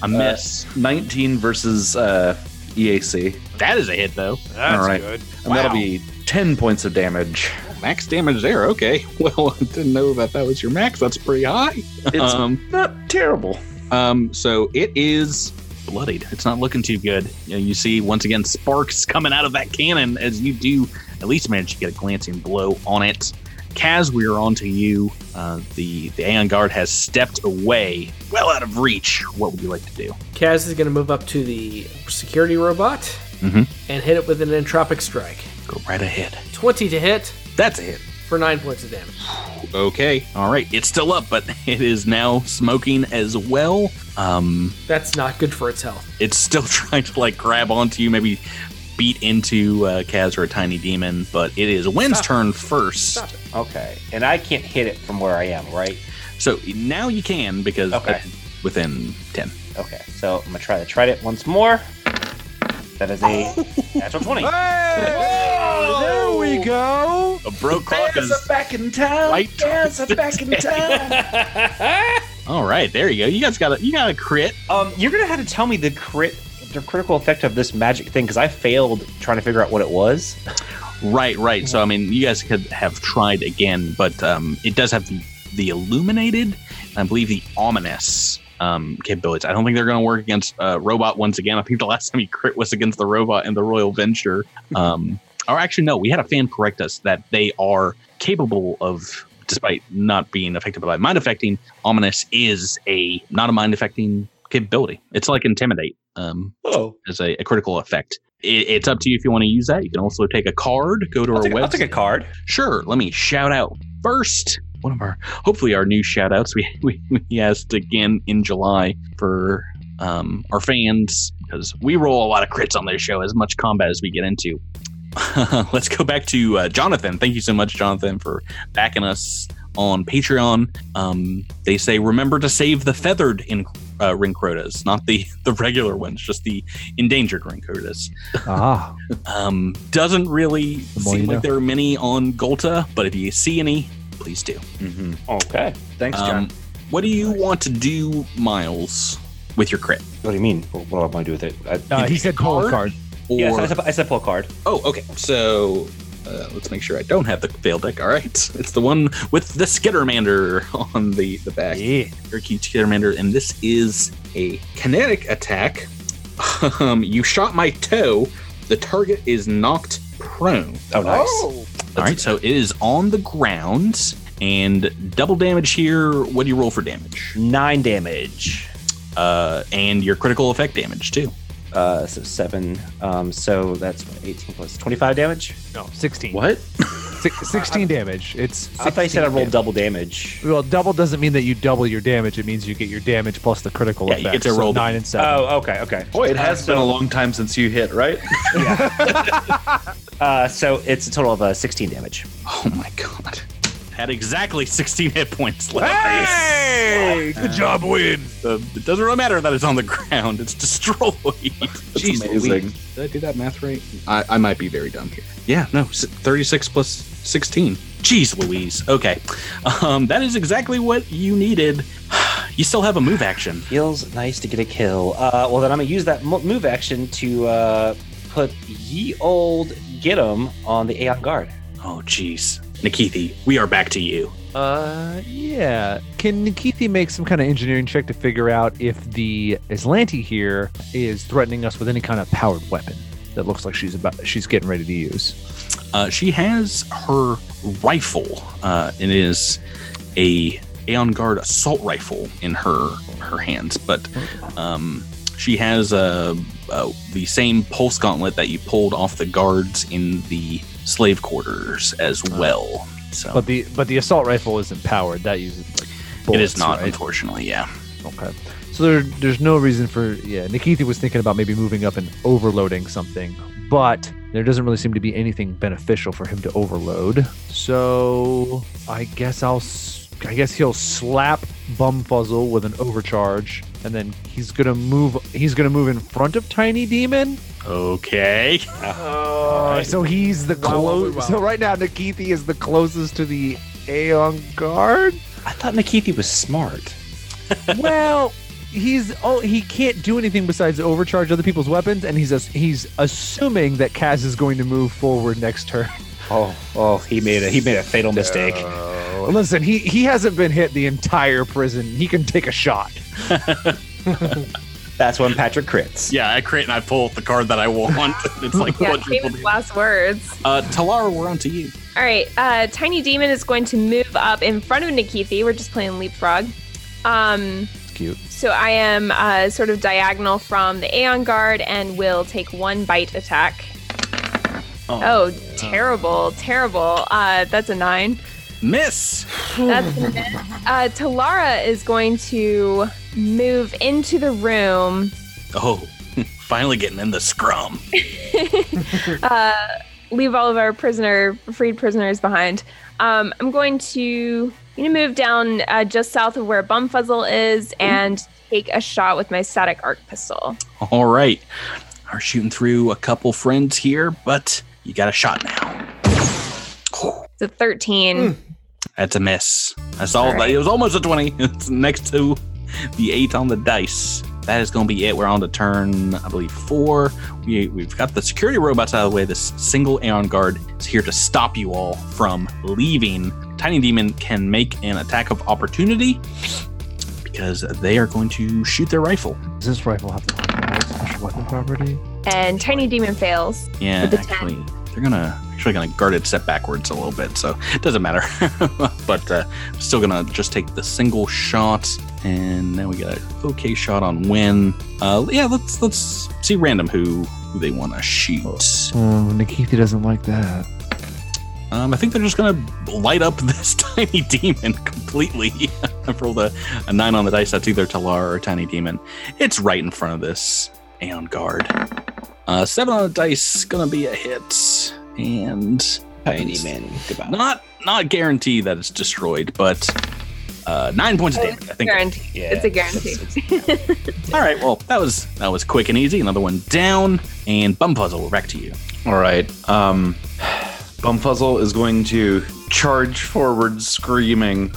A miss.
Uh, Nineteen versus uh, EAC.
That is a hit though. That's
All right,
good.
and that'll be ten points of damage.
Max damage there. Okay. Well, I didn't know that that was your max. That's pretty high.
It's not terrible.
Um, so it is bloodied. It's not looking too good. You, know, you see once again sparks coming out of that cannon as you do at least manage to get a glancing blow on it. Kaz, we are on to you. Uh, the the Aeon Guard has stepped away, well out of reach. What would you like to do?
Kaz is going to move up to the security robot
Mhm.
and hit it with an entropic strike.
Go right ahead.
20 to hit.
That's a hit.
For 9 points of damage.
Okay. All right. It's still up, but it is now smoking as well. Um,
That's not good for its health.
it's still trying to like grab onto you, maybe beat into uh, Kaz or a tiny demon, but it is Wynn's
Stop.
turn first.
Okay. And I can't hit it from where I am, right?
So now you can because
Okay.
it's within ten.
Okay. So I'm gonna try the trident once more. That is a natural twenty.
there we go.
A broke clock is
back in town.
Right.
Yes, I'm back in town.
all right. There you go. You guys got a you got a crit.
Um, you're gonna have to tell me the crit, the critical effect of this magic thing because I failed trying to figure out what it was.
Right, right. So I mean, you guys could have tried again, but um, it does have the, the illuminated, and I believe the ominous um, capabilities. I don't think they're going to work against uh, robot once again. I think the last time you crit was against the robot in the Royal Venture. Um, or actually, no, we had a fan correct us that they are capable of, despite not being affected by mind affecting, ominous is a not a mind affecting capability. It's like intimidate. Um,
oh,
as a, a critical effect. It, it's up to you if you want to use that. You can also take a card, go to our website. I'll take a
card.
Sure. Let me shout out first one of our, hopefully our new shout outs. We, we, we asked again in July for um, our fans because we roll a lot of crits on their show, as much combat as we get into. Let's go back to uh, Jonathan. Thank you so much, Jonathan, for backing us on Patreon. Um, they say remember to save the feathered in uh, rinkrotas, not the the regular ones, just the endangered rinkrotas.
Ah,
Um, doesn't really
more
seem
you
like
know.
there are many on Golta, but if you see any, please do.
Mm-hmm.
Okay.
Thanks,
Um, what do you want to do, Miles, with your crit?
What do you mean? What, am I do with it? I,
Uh, he said pull a card.
Yes,
Or-
I said, I said pull a card.
Oh, okay. So uh, let's make sure I don't have the fail deck. All right, it's the one with the Skittermander on the the back. Yeah, Herky Skittermander, and this is a kinetic attack. Um, you shot my toe. The target is knocked prone.
Oh, nice.
All right, so it is on the ground and double damage here. What do you roll for damage?
Nine damage.
Uh, and your critical effect damage too.
Uh, so seven. Um, so that's what, 18 plus 25 damage.
No, 16.
What?
Six, 16 damage. It's.
I thought you said
16
I rolled
damage.
double damage.
Well, double doesn't mean that you double your damage. It means you get your damage plus the critical
Yeah, you
effect.
get to
so
roll the-
nine and seven.
Oh, okay, okay.
Boy, it has been a long time since you hit, right?
Uh, so it's a total of uh, 16 damage.
Oh my god. Had exactly 16 hit points left.
Hey! Good job,
Win. Uh, it doesn't really matter that it's on the ground. It's destroyed. That's
Jeez Louise.
Did I do that math right? I, I might be very dumb here. Yeah, no, s- 36 plus 16. Jeez Louise. Okay. Um, that is exactly what you needed. You still have a move action.
Feels nice to get a kill. Uh, well, then I'm going to use that mo- move action to uh, put ye old get 'em on the Aeon Guard.
Oh, jeez. Nikithi, we are back to you.
Uh, yeah. Can Nikithi make some kind of engineering check to figure out if the Islanti here is threatening us with any kind of powered weapon that looks like she's about she's getting ready to use?
Uh, she has her rifle. Uh, it is a Aeon Guard assault rifle in her her hands, but um, she has uh, uh, the same pulse gauntlet that you pulled off the guards in the slave quarters as
Uh,
well. So
But the but the assault rifle isn't powered. That uses like, bullets,
it is not,
right?
unfortunately. Yeah.
Okay. So there, there's no reason for yeah. Nikithi was thinking about maybe moving up and overloading something
but there doesn't really seem to be anything beneficial for him to overload. So I guess I'll. s- I guess he'll slap Bumfuzzle with an overcharge, and then he's gonna move. He's gonna move in front of Tiny Demon.
Okay.
Oh, so he's the
Wow, wow, wow,
close.
wow.
So right now, Nikithi is the closest to the Aeon Guard.
I thought Nikithi was smart.
well, he's oh he can't do anything besides overcharge other people's weapons, and he's as- he's assuming that Kaz is going to move forward next turn.
Oh, oh, he made a he made a fatal mistake.
Listen, he he hasn't been hit the entire prison. He can take a shot.
That's when Patrick crits.
Yeah, I crit and I pull the card that I want. It's like
yeah,
quadruple.
famous last words.
Uh, Talara, we're on to you.
All right, uh, Tiny Demon is going to move up in front of Nikithi. We're just playing leapfrog. Um,
Cute.
so I am uh, sort of diagonal from the Aeon Guard and will take one bite attack. Oh, terrible, terrible. Uh, that's a nine.
Miss.
That's a miss. Uh, Talara is going to move into the room,
Oh, finally getting in the scrum.
uh, leave all of our prisoner, freed prisoners behind. Um, I'm going to you know, move down uh, just south of where Bumfuzzle is and take a shot with my static arc pistol.
All right. Are shooting through a couple friends here, but you got a shot now.
It's a 13.
That's a miss. That's all.
All right.
It was almost a 20. It's next to the eight on the dice. That is going to be it. We're on to turn, I believe, four. We, we've got the security robots out of the way. This single Aeon Guard is here to stop you all from leaving. Tiny Demon can make an attack of opportunity because they are going to shoot their rifle.
Does this rifle have special weapon property?
And Tiny Demon fails.
Yeah,
with a 10.
actually, they're gonna actually gonna guard it set backwards a little bit, so it doesn't matter. but uh, still gonna just take the single shot, and now we got an okay shot on win. Uh, yeah, let's let's see random who who they want to shoot.
Oh, Nikithi doesn't like that.
Um, I think they're just gonna light up this tiny demon completely. I've rolled a, a nine on the dice. That's either Talar or Tiny Demon. It's right in front of this Aeon Guard. Uh, seven on the dice, gonna be a hit, and Tiny Man. Not not guarantee that it's destroyed, but uh, nine points of damage. I think.
Guarantee.
Yeah.
Oh, It's a guarantee.
All right. Well, that was that was quick and easy. Another one down, and Bum Puzzle back to you.
All right. Um, Bumfuzzle is going to charge forward, screaming,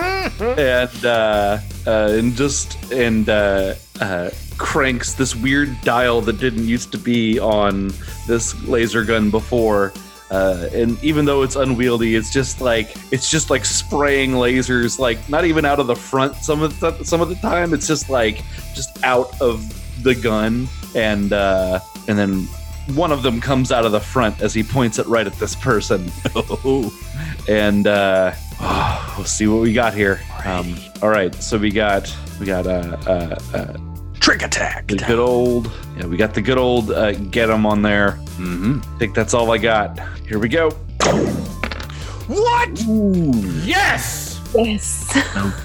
and uh, uh, and just and uh, uh, cranks this weird dial that didn't used to be on this laser gun before. Uh, and even though it's unwieldy, it's just like it's just like spraying lasers, like not even out of the front. Some of the, some of the time, it's just like just out of the gun, and uh, and then one of them comes out of the front as he points it right at this person. and uh, we'll see what we got here. Um, all right, so we got we got uh, uh, uh,
trick attack.
The good old yeah, we got the good old uh, get him on there.
Mm-hmm.
I think that's all I got. Here we go.
What?
Yes.
Yes.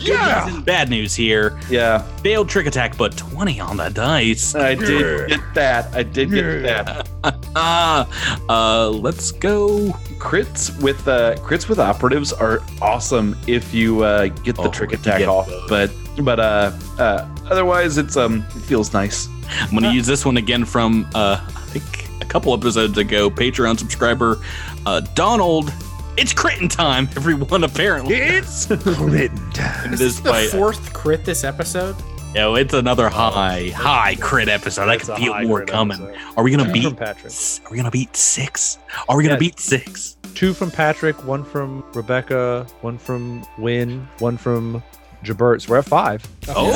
yeah. bad news here.
Yeah.
Failed trick attack, but 20 on the dice.
I did get that. I did get
that. Ah, uh, let's go.
Crits with uh, crits with operatives are awesome if you uh, get the trick attack
Oh, get
off,
those.
but but uh, uh, otherwise it's um it feels nice.
I'm
Uh,
going to use this one again from uh, I think a couple episodes ago. Patreon subscriber uh, Donald. It's critting time, everyone. Apparently, it's critting time.
Is
this
this the
fight,
fourth crit this episode?
yo, it's another high, high crit episode. I
It's
can
a
feel
high
more
crit
coming.
episode.
Are we gonna
Two
beat?
from Patrick.
Are we gonna beat six? Are we gonna
Yeah.
beat six?
Two from Patrick, one from Rebecca, one from Win, one from Jaberts. We're at five.
Oh,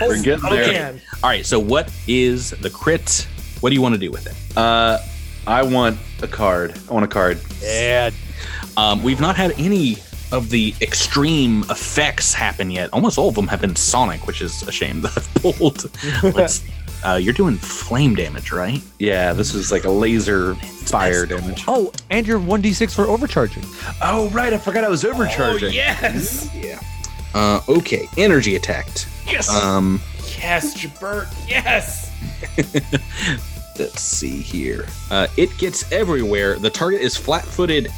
We're getting there.
Okay. All right. So, what is the crit? What do you want to do with it?
Uh, I want a card. I want a card.
Yeah. Um, we've not had any of the extreme effects happen yet. Almost all of them have been Sonic, which is a shame that I've pulled. Let's- uh, you're doing flame damage, right?
Yeah, this is like a laser fire damage.
Oh, and you're 1d6 for overcharging.
Oh, right. I forgot I was overcharging.
yes.
Yeah. Uh, okay. Energy attacked.
Yes.
Um,
Yes, Jabert. Yes.
Let's see here. Uh, it gets everywhere. The target is flat footed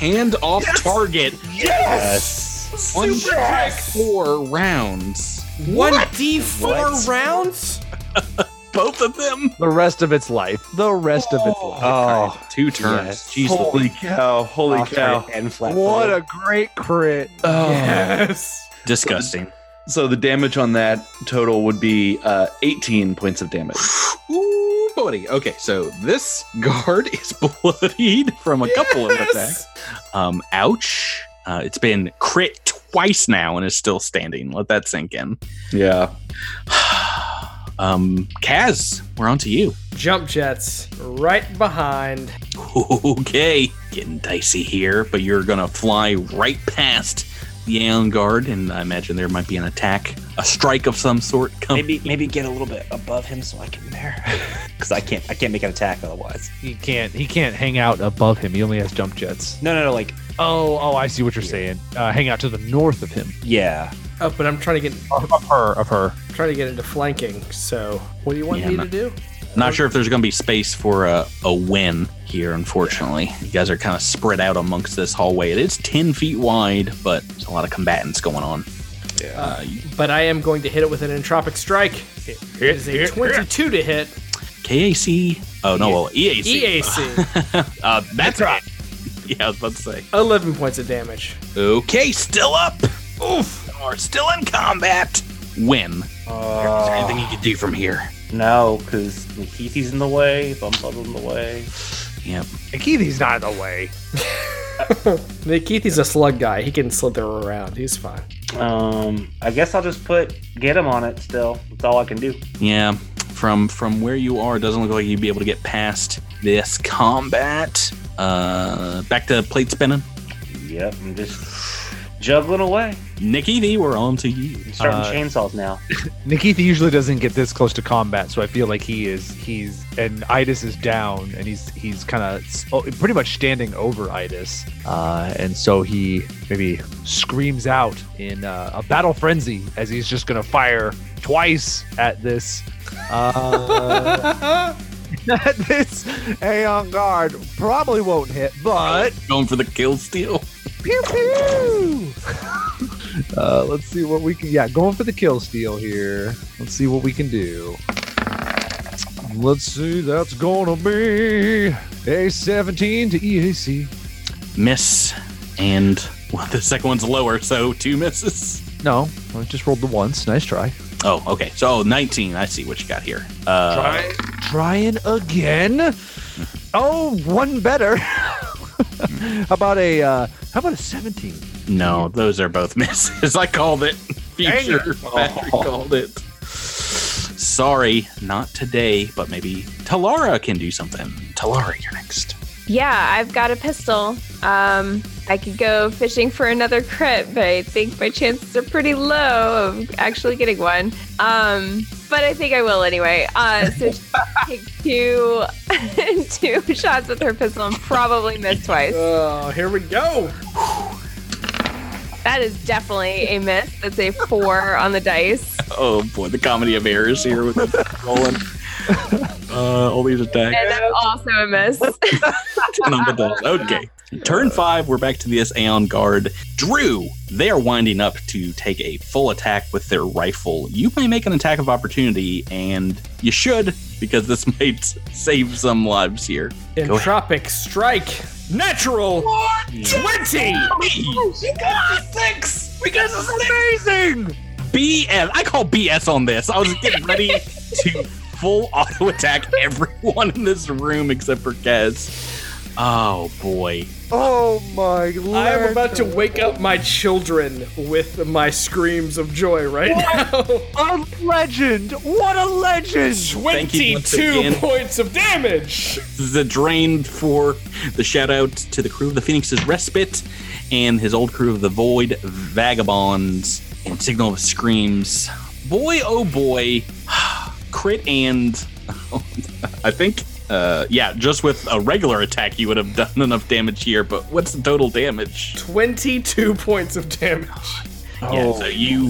and off target.
Yes!
On
Super
track
yes!
four rounds.
One D four
What?
rounds.
Both of them.
The rest of its life. The rest of its life.
Oh,
two
turns. Jeez, holy cow! Holy
Off
cow!
target and flat What footed. a great crit!
Oh.
Yes.
Disgusting.
So the damage on that total would be uh, 18 points of damage.
Ooh, buddy. Okay, so this guard is bloodied from a couple of attacks. Um, ouch. Uh, it's been crit twice now and is still standing. Let that sink in.
Yeah.
um, Kaz, we're on to you.
Jump jets right behind.
Okay, getting dicey here, but you're gonna fly right past the Aeon guard, and I imagine there might be an attack, a strike of some sort. Come.
Maybe maybe get a little bit above him so I can there. Because I can't I can't make an attack otherwise.
He can't. He can't hang out above him. He only has jump jets.
No, no, no. Like,
oh, oh, I see what you're saying. Uh, hang out to the north of him.
Yeah.
Oh, but I'm trying to get
Of, of her. Of her.
trying to get into flanking. So what do you want
Yeah,
me
no.
to do?
Not sure if there's going to be space for a, a win here, unfortunately. You guys are kind of spread out amongst this hallway. It is 10 feet wide, but there's a lot of combatants going on. Yeah.
But I am going to hit it with an entropic strike. It is a 22 to hit. E
KAC. Oh, no, well, EAC.
EAC.
Uh, that's right. Yeah, I was about to say.
11 points of damage.
Okay, still up. Oof. We're still in combat. Win. is there anything you can do from here?
No, because Nikithi's in the way, Bumble's in the way.
Yep.
Nikithi's not in the way.
Keith is a slug guy. He can slither around. He's fine.
Um, I guess I'll just put get him on it still. That's all I can do.
Yeah, from from where you are, it doesn't look like you'd be able to get past this combat. Uh, back to plate spinning.
Yep, I'm just juggling away.
Nikki V, we're on to you.
Starting
Uh,
chainsaws now.
Nikithi usually doesn't get this close to combat, so I feel like he is he's and Idis is down, and he's he's kind of pretty much standing over Idis, uh, and so he maybe screams out in uh, a battle frenzy as he's just gonna fire twice at this. Uh, at this Aeon guard probably won't hit, but
Going for the kill steal.
pew pew. Uh, let's see what we can. Yeah, going for the kill steal here. Let's see what we can do. Let's see. That's gonna be a 17 to E EAC.
Miss, and well, the second one's lower, so two misses.
No, I just rolled the once. Nice try.
Oh, okay. So 19. I see what you got here. Uh,
Trying again. Oh, one better. how about a uh, how about a 17?
No, those are both misses. I called it. Future Patrick called it. Sorry, not today, but maybe Talara can do something. Talara, you're next.
Yeah, I've got a pistol. Um, I could go fishing for another crit, but I think my chances are pretty low of actually getting one. Um, but I think I will anyway. Uh, so she takes two, two shots with her pistol and probably miss twice.
Oh, here we go.
That is definitely a miss. That's a four on the dice.
Oh boy, the comedy of errors here with the rolling. Uh, all these
And
attacks.
that's also a miss.
on the dice. Okay. Turn five, we're back to this Aeon Guard. Drew, they are winding up to take a full attack with their rifle. You may make an attack of opportunity, and you should, because this might s- save some lives here. Go ahead.
Entropic strike. Natural 20.
You got a six! We got a six!
Amazing!
BS. I call BS on this. I was getting ready to full auto attack everyone in this room except for Kez. Oh boy.
Oh my lord.
I am about to wake up my children with my screams of joy right
now. a legend! What a legend!
Thank you once
22
again.
points of damage.
This is a drain for the shout out to the crew of the Phoenix's Respite and his old crew of the Void Vagabonds and Signal of Screams. Boy, oh boy, crit and I think, uh, yeah, just with a regular attack, you would have done enough damage here, but what's the total damage?
22 points of damage.
Yeah,
Oh,
so you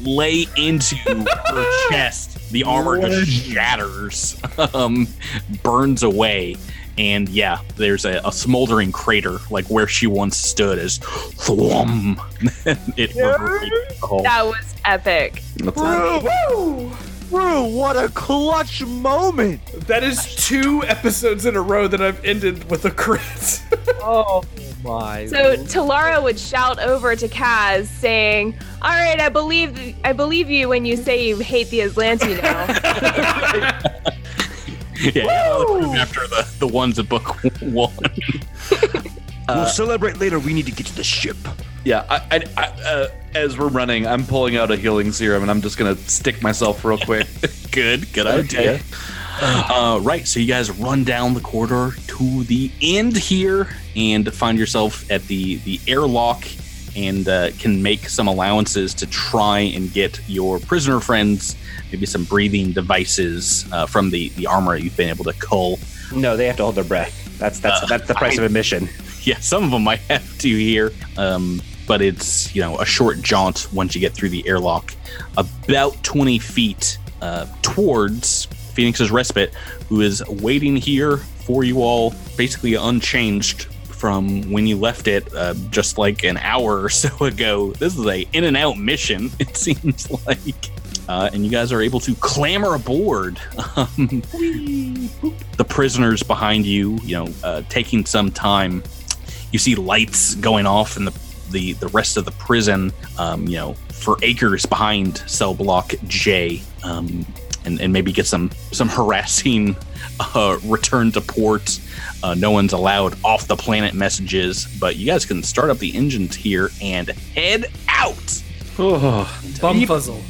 lay into her chest. The armor just shatters, um, burns away, and yeah, there's a, a smoldering crater like where she once stood is thwom. it reverberates the whole.
That was epic.
Woo!
Woo! What a clutch moment!
That is two episodes in a row that I've ended with a crit.
oh my!
So Talara would shout over to Kaz, saying, "All right, I believe I believe you when you say you hate the Atlantean now."
yeah, yeah, after the, the ones that book one. Uh,
we'll celebrate later. We need to get to the ship.
Yeah, I, I, I, uh, as we're running, I'm pulling out a healing serum and I'm just gonna stick myself real quick.
good, good idea. Uh, right, so you guys run down the corridor to the end here and find yourself at the the airlock and uh, can make some allowances to try and get your prisoner friends maybe some breathing devices uh, from the the armor you've been able to cull.
No, they have to hold their breath. That's that's that's the price of admission.
Yeah, some of them might have to here, um, but it's you know a short jaunt once you get through the airlock, about twenty feet uh, towards Phoenix's respite, who is waiting here for you all, basically unchanged from when you left it uh, just like an hour or so ago. This is a in and out mission. It seems like. Uh, and you guys are able to clamber aboard. Um, the prisoners behind you, you know, uh, taking some time. You see lights going off in the the, the rest of the prison, um, you know, for acres behind cell block J, um, and, and maybe get some some harassing uh, return to port. Uh, no one's allowed off the planet messages, but you guys can start up the engines here and head out.
Oh, bum
Beep,
fuzzle.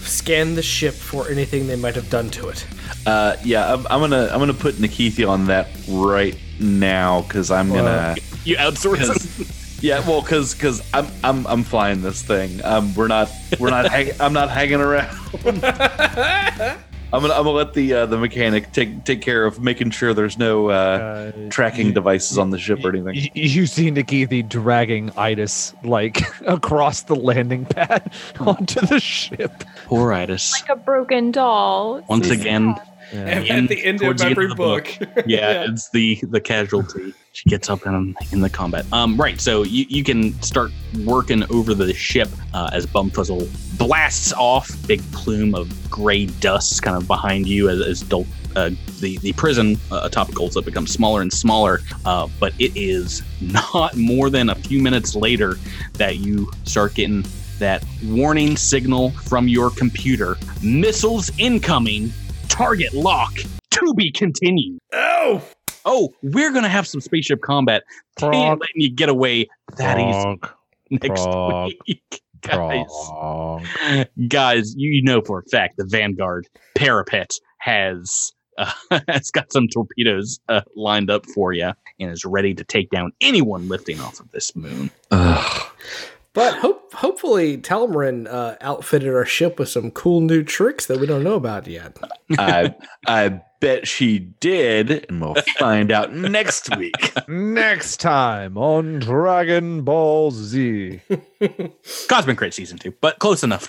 Scan the ship for anything they might have done to it.
Uh, yeah, I'm, I'm gonna I'm gonna put Nikithi on that right now because I'm gonna.
You outsource it.
Yeah, well, because because I'm I'm I'm flying this thing. Um, we're not we're not hang, I'm not hanging around. I'm gonna I'm gonna let the uh, the mechanic take take care of making sure there's no uh, tracking devices on the ship or anything.
Y- You see Nikithi dragging Itis like across the landing pad onto the ship.
Poor Itis.
like a broken doll.
Once
So
again,
And at the end of
towards the
every
end of the
book.
yeah, it's the the casualty. She gets up in in the combat. Um, right. So you, you can start working over the ship uh, as Bumfuzzle blasts off. Big plume of gray dust kind of behind you as, as Dol- uh, the the prison uh, atop Golza becomes smaller and smaller. Uh, but it is not more than a few minutes later that you start getting that warning signal from your computer. Missiles incoming. Target lock to be continued.
Oh,
oh, we're gonna have some spaceship combat. They ain't letting you get away that easy next
Gronk.
week, guys. Guys, you you know for a fact the Vanguard parapet has uh, has got some torpedoes uh, lined up for you and is ready to take down anyone lifting off of this moon.
But hope, hopefully, Talmarin uh, outfitted our ship with some cool new tricks that we don't know about yet.
I I bet she did, and we'll find out next week.
Next time on Dragon Ball Z.
Cosmic Crit season two, but close enough,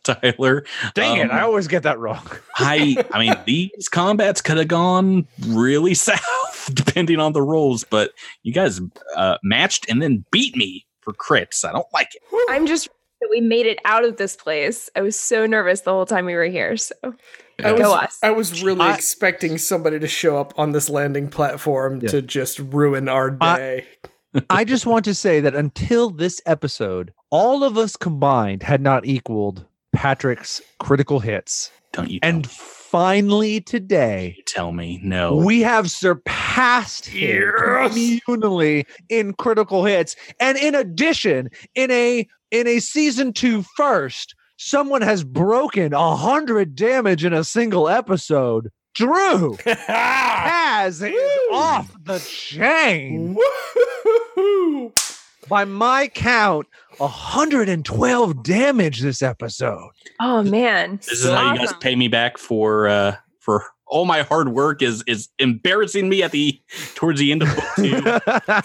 Tyler.
Dang
Um,
it, I always get that wrong.
I I mean these combats could have gone really south depending on the rules, but you guys uh, matched and then beat me for crits. I don't like it.
I'm just that we made it out of this place. I was so nervous the whole time we were here. So
I
go
was,
us.
I was really
I-
expecting somebody to show up on this landing platform
Yeah.
to just ruin our
I-
day.
I
just want to say that until this episode, all of us combined had not equaled Patrick's critical hits.
Don't you?
And finally today,
Tell me no.
Oh.
we have surpassed him communally in critical hits, and in addition, in a in a season two first, someone has broken a hundred damage in a single episode. Drew has is off the chain. By my count, 112 damage this episode.
Oh man.
This is how you guys pay me back for uh, for all my hard work is is embarrassing me at the towards the end of book two.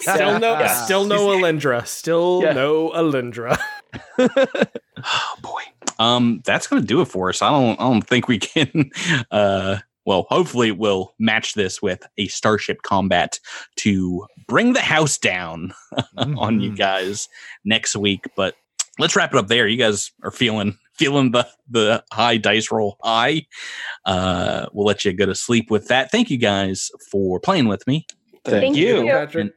Still no,
Yeah.
still no Alindra. Still no Alindra.
um that's gonna do it for us i don't i don't think we can uh well hopefully we'll match this with a starship combat to bring the house down on you guys next week but let's wrap it up there you guys are feeling feeling the the high dice roll high uh we'll let you go to sleep with that thank you guys for playing with me
Thank Thank you. you.
And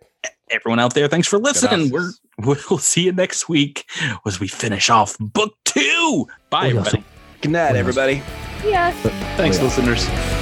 everyone out there thanks for listening we're we'll see you next week as we finish off book two bye everybody
Good night, everybody.
Yeah.
Thanks, listeners.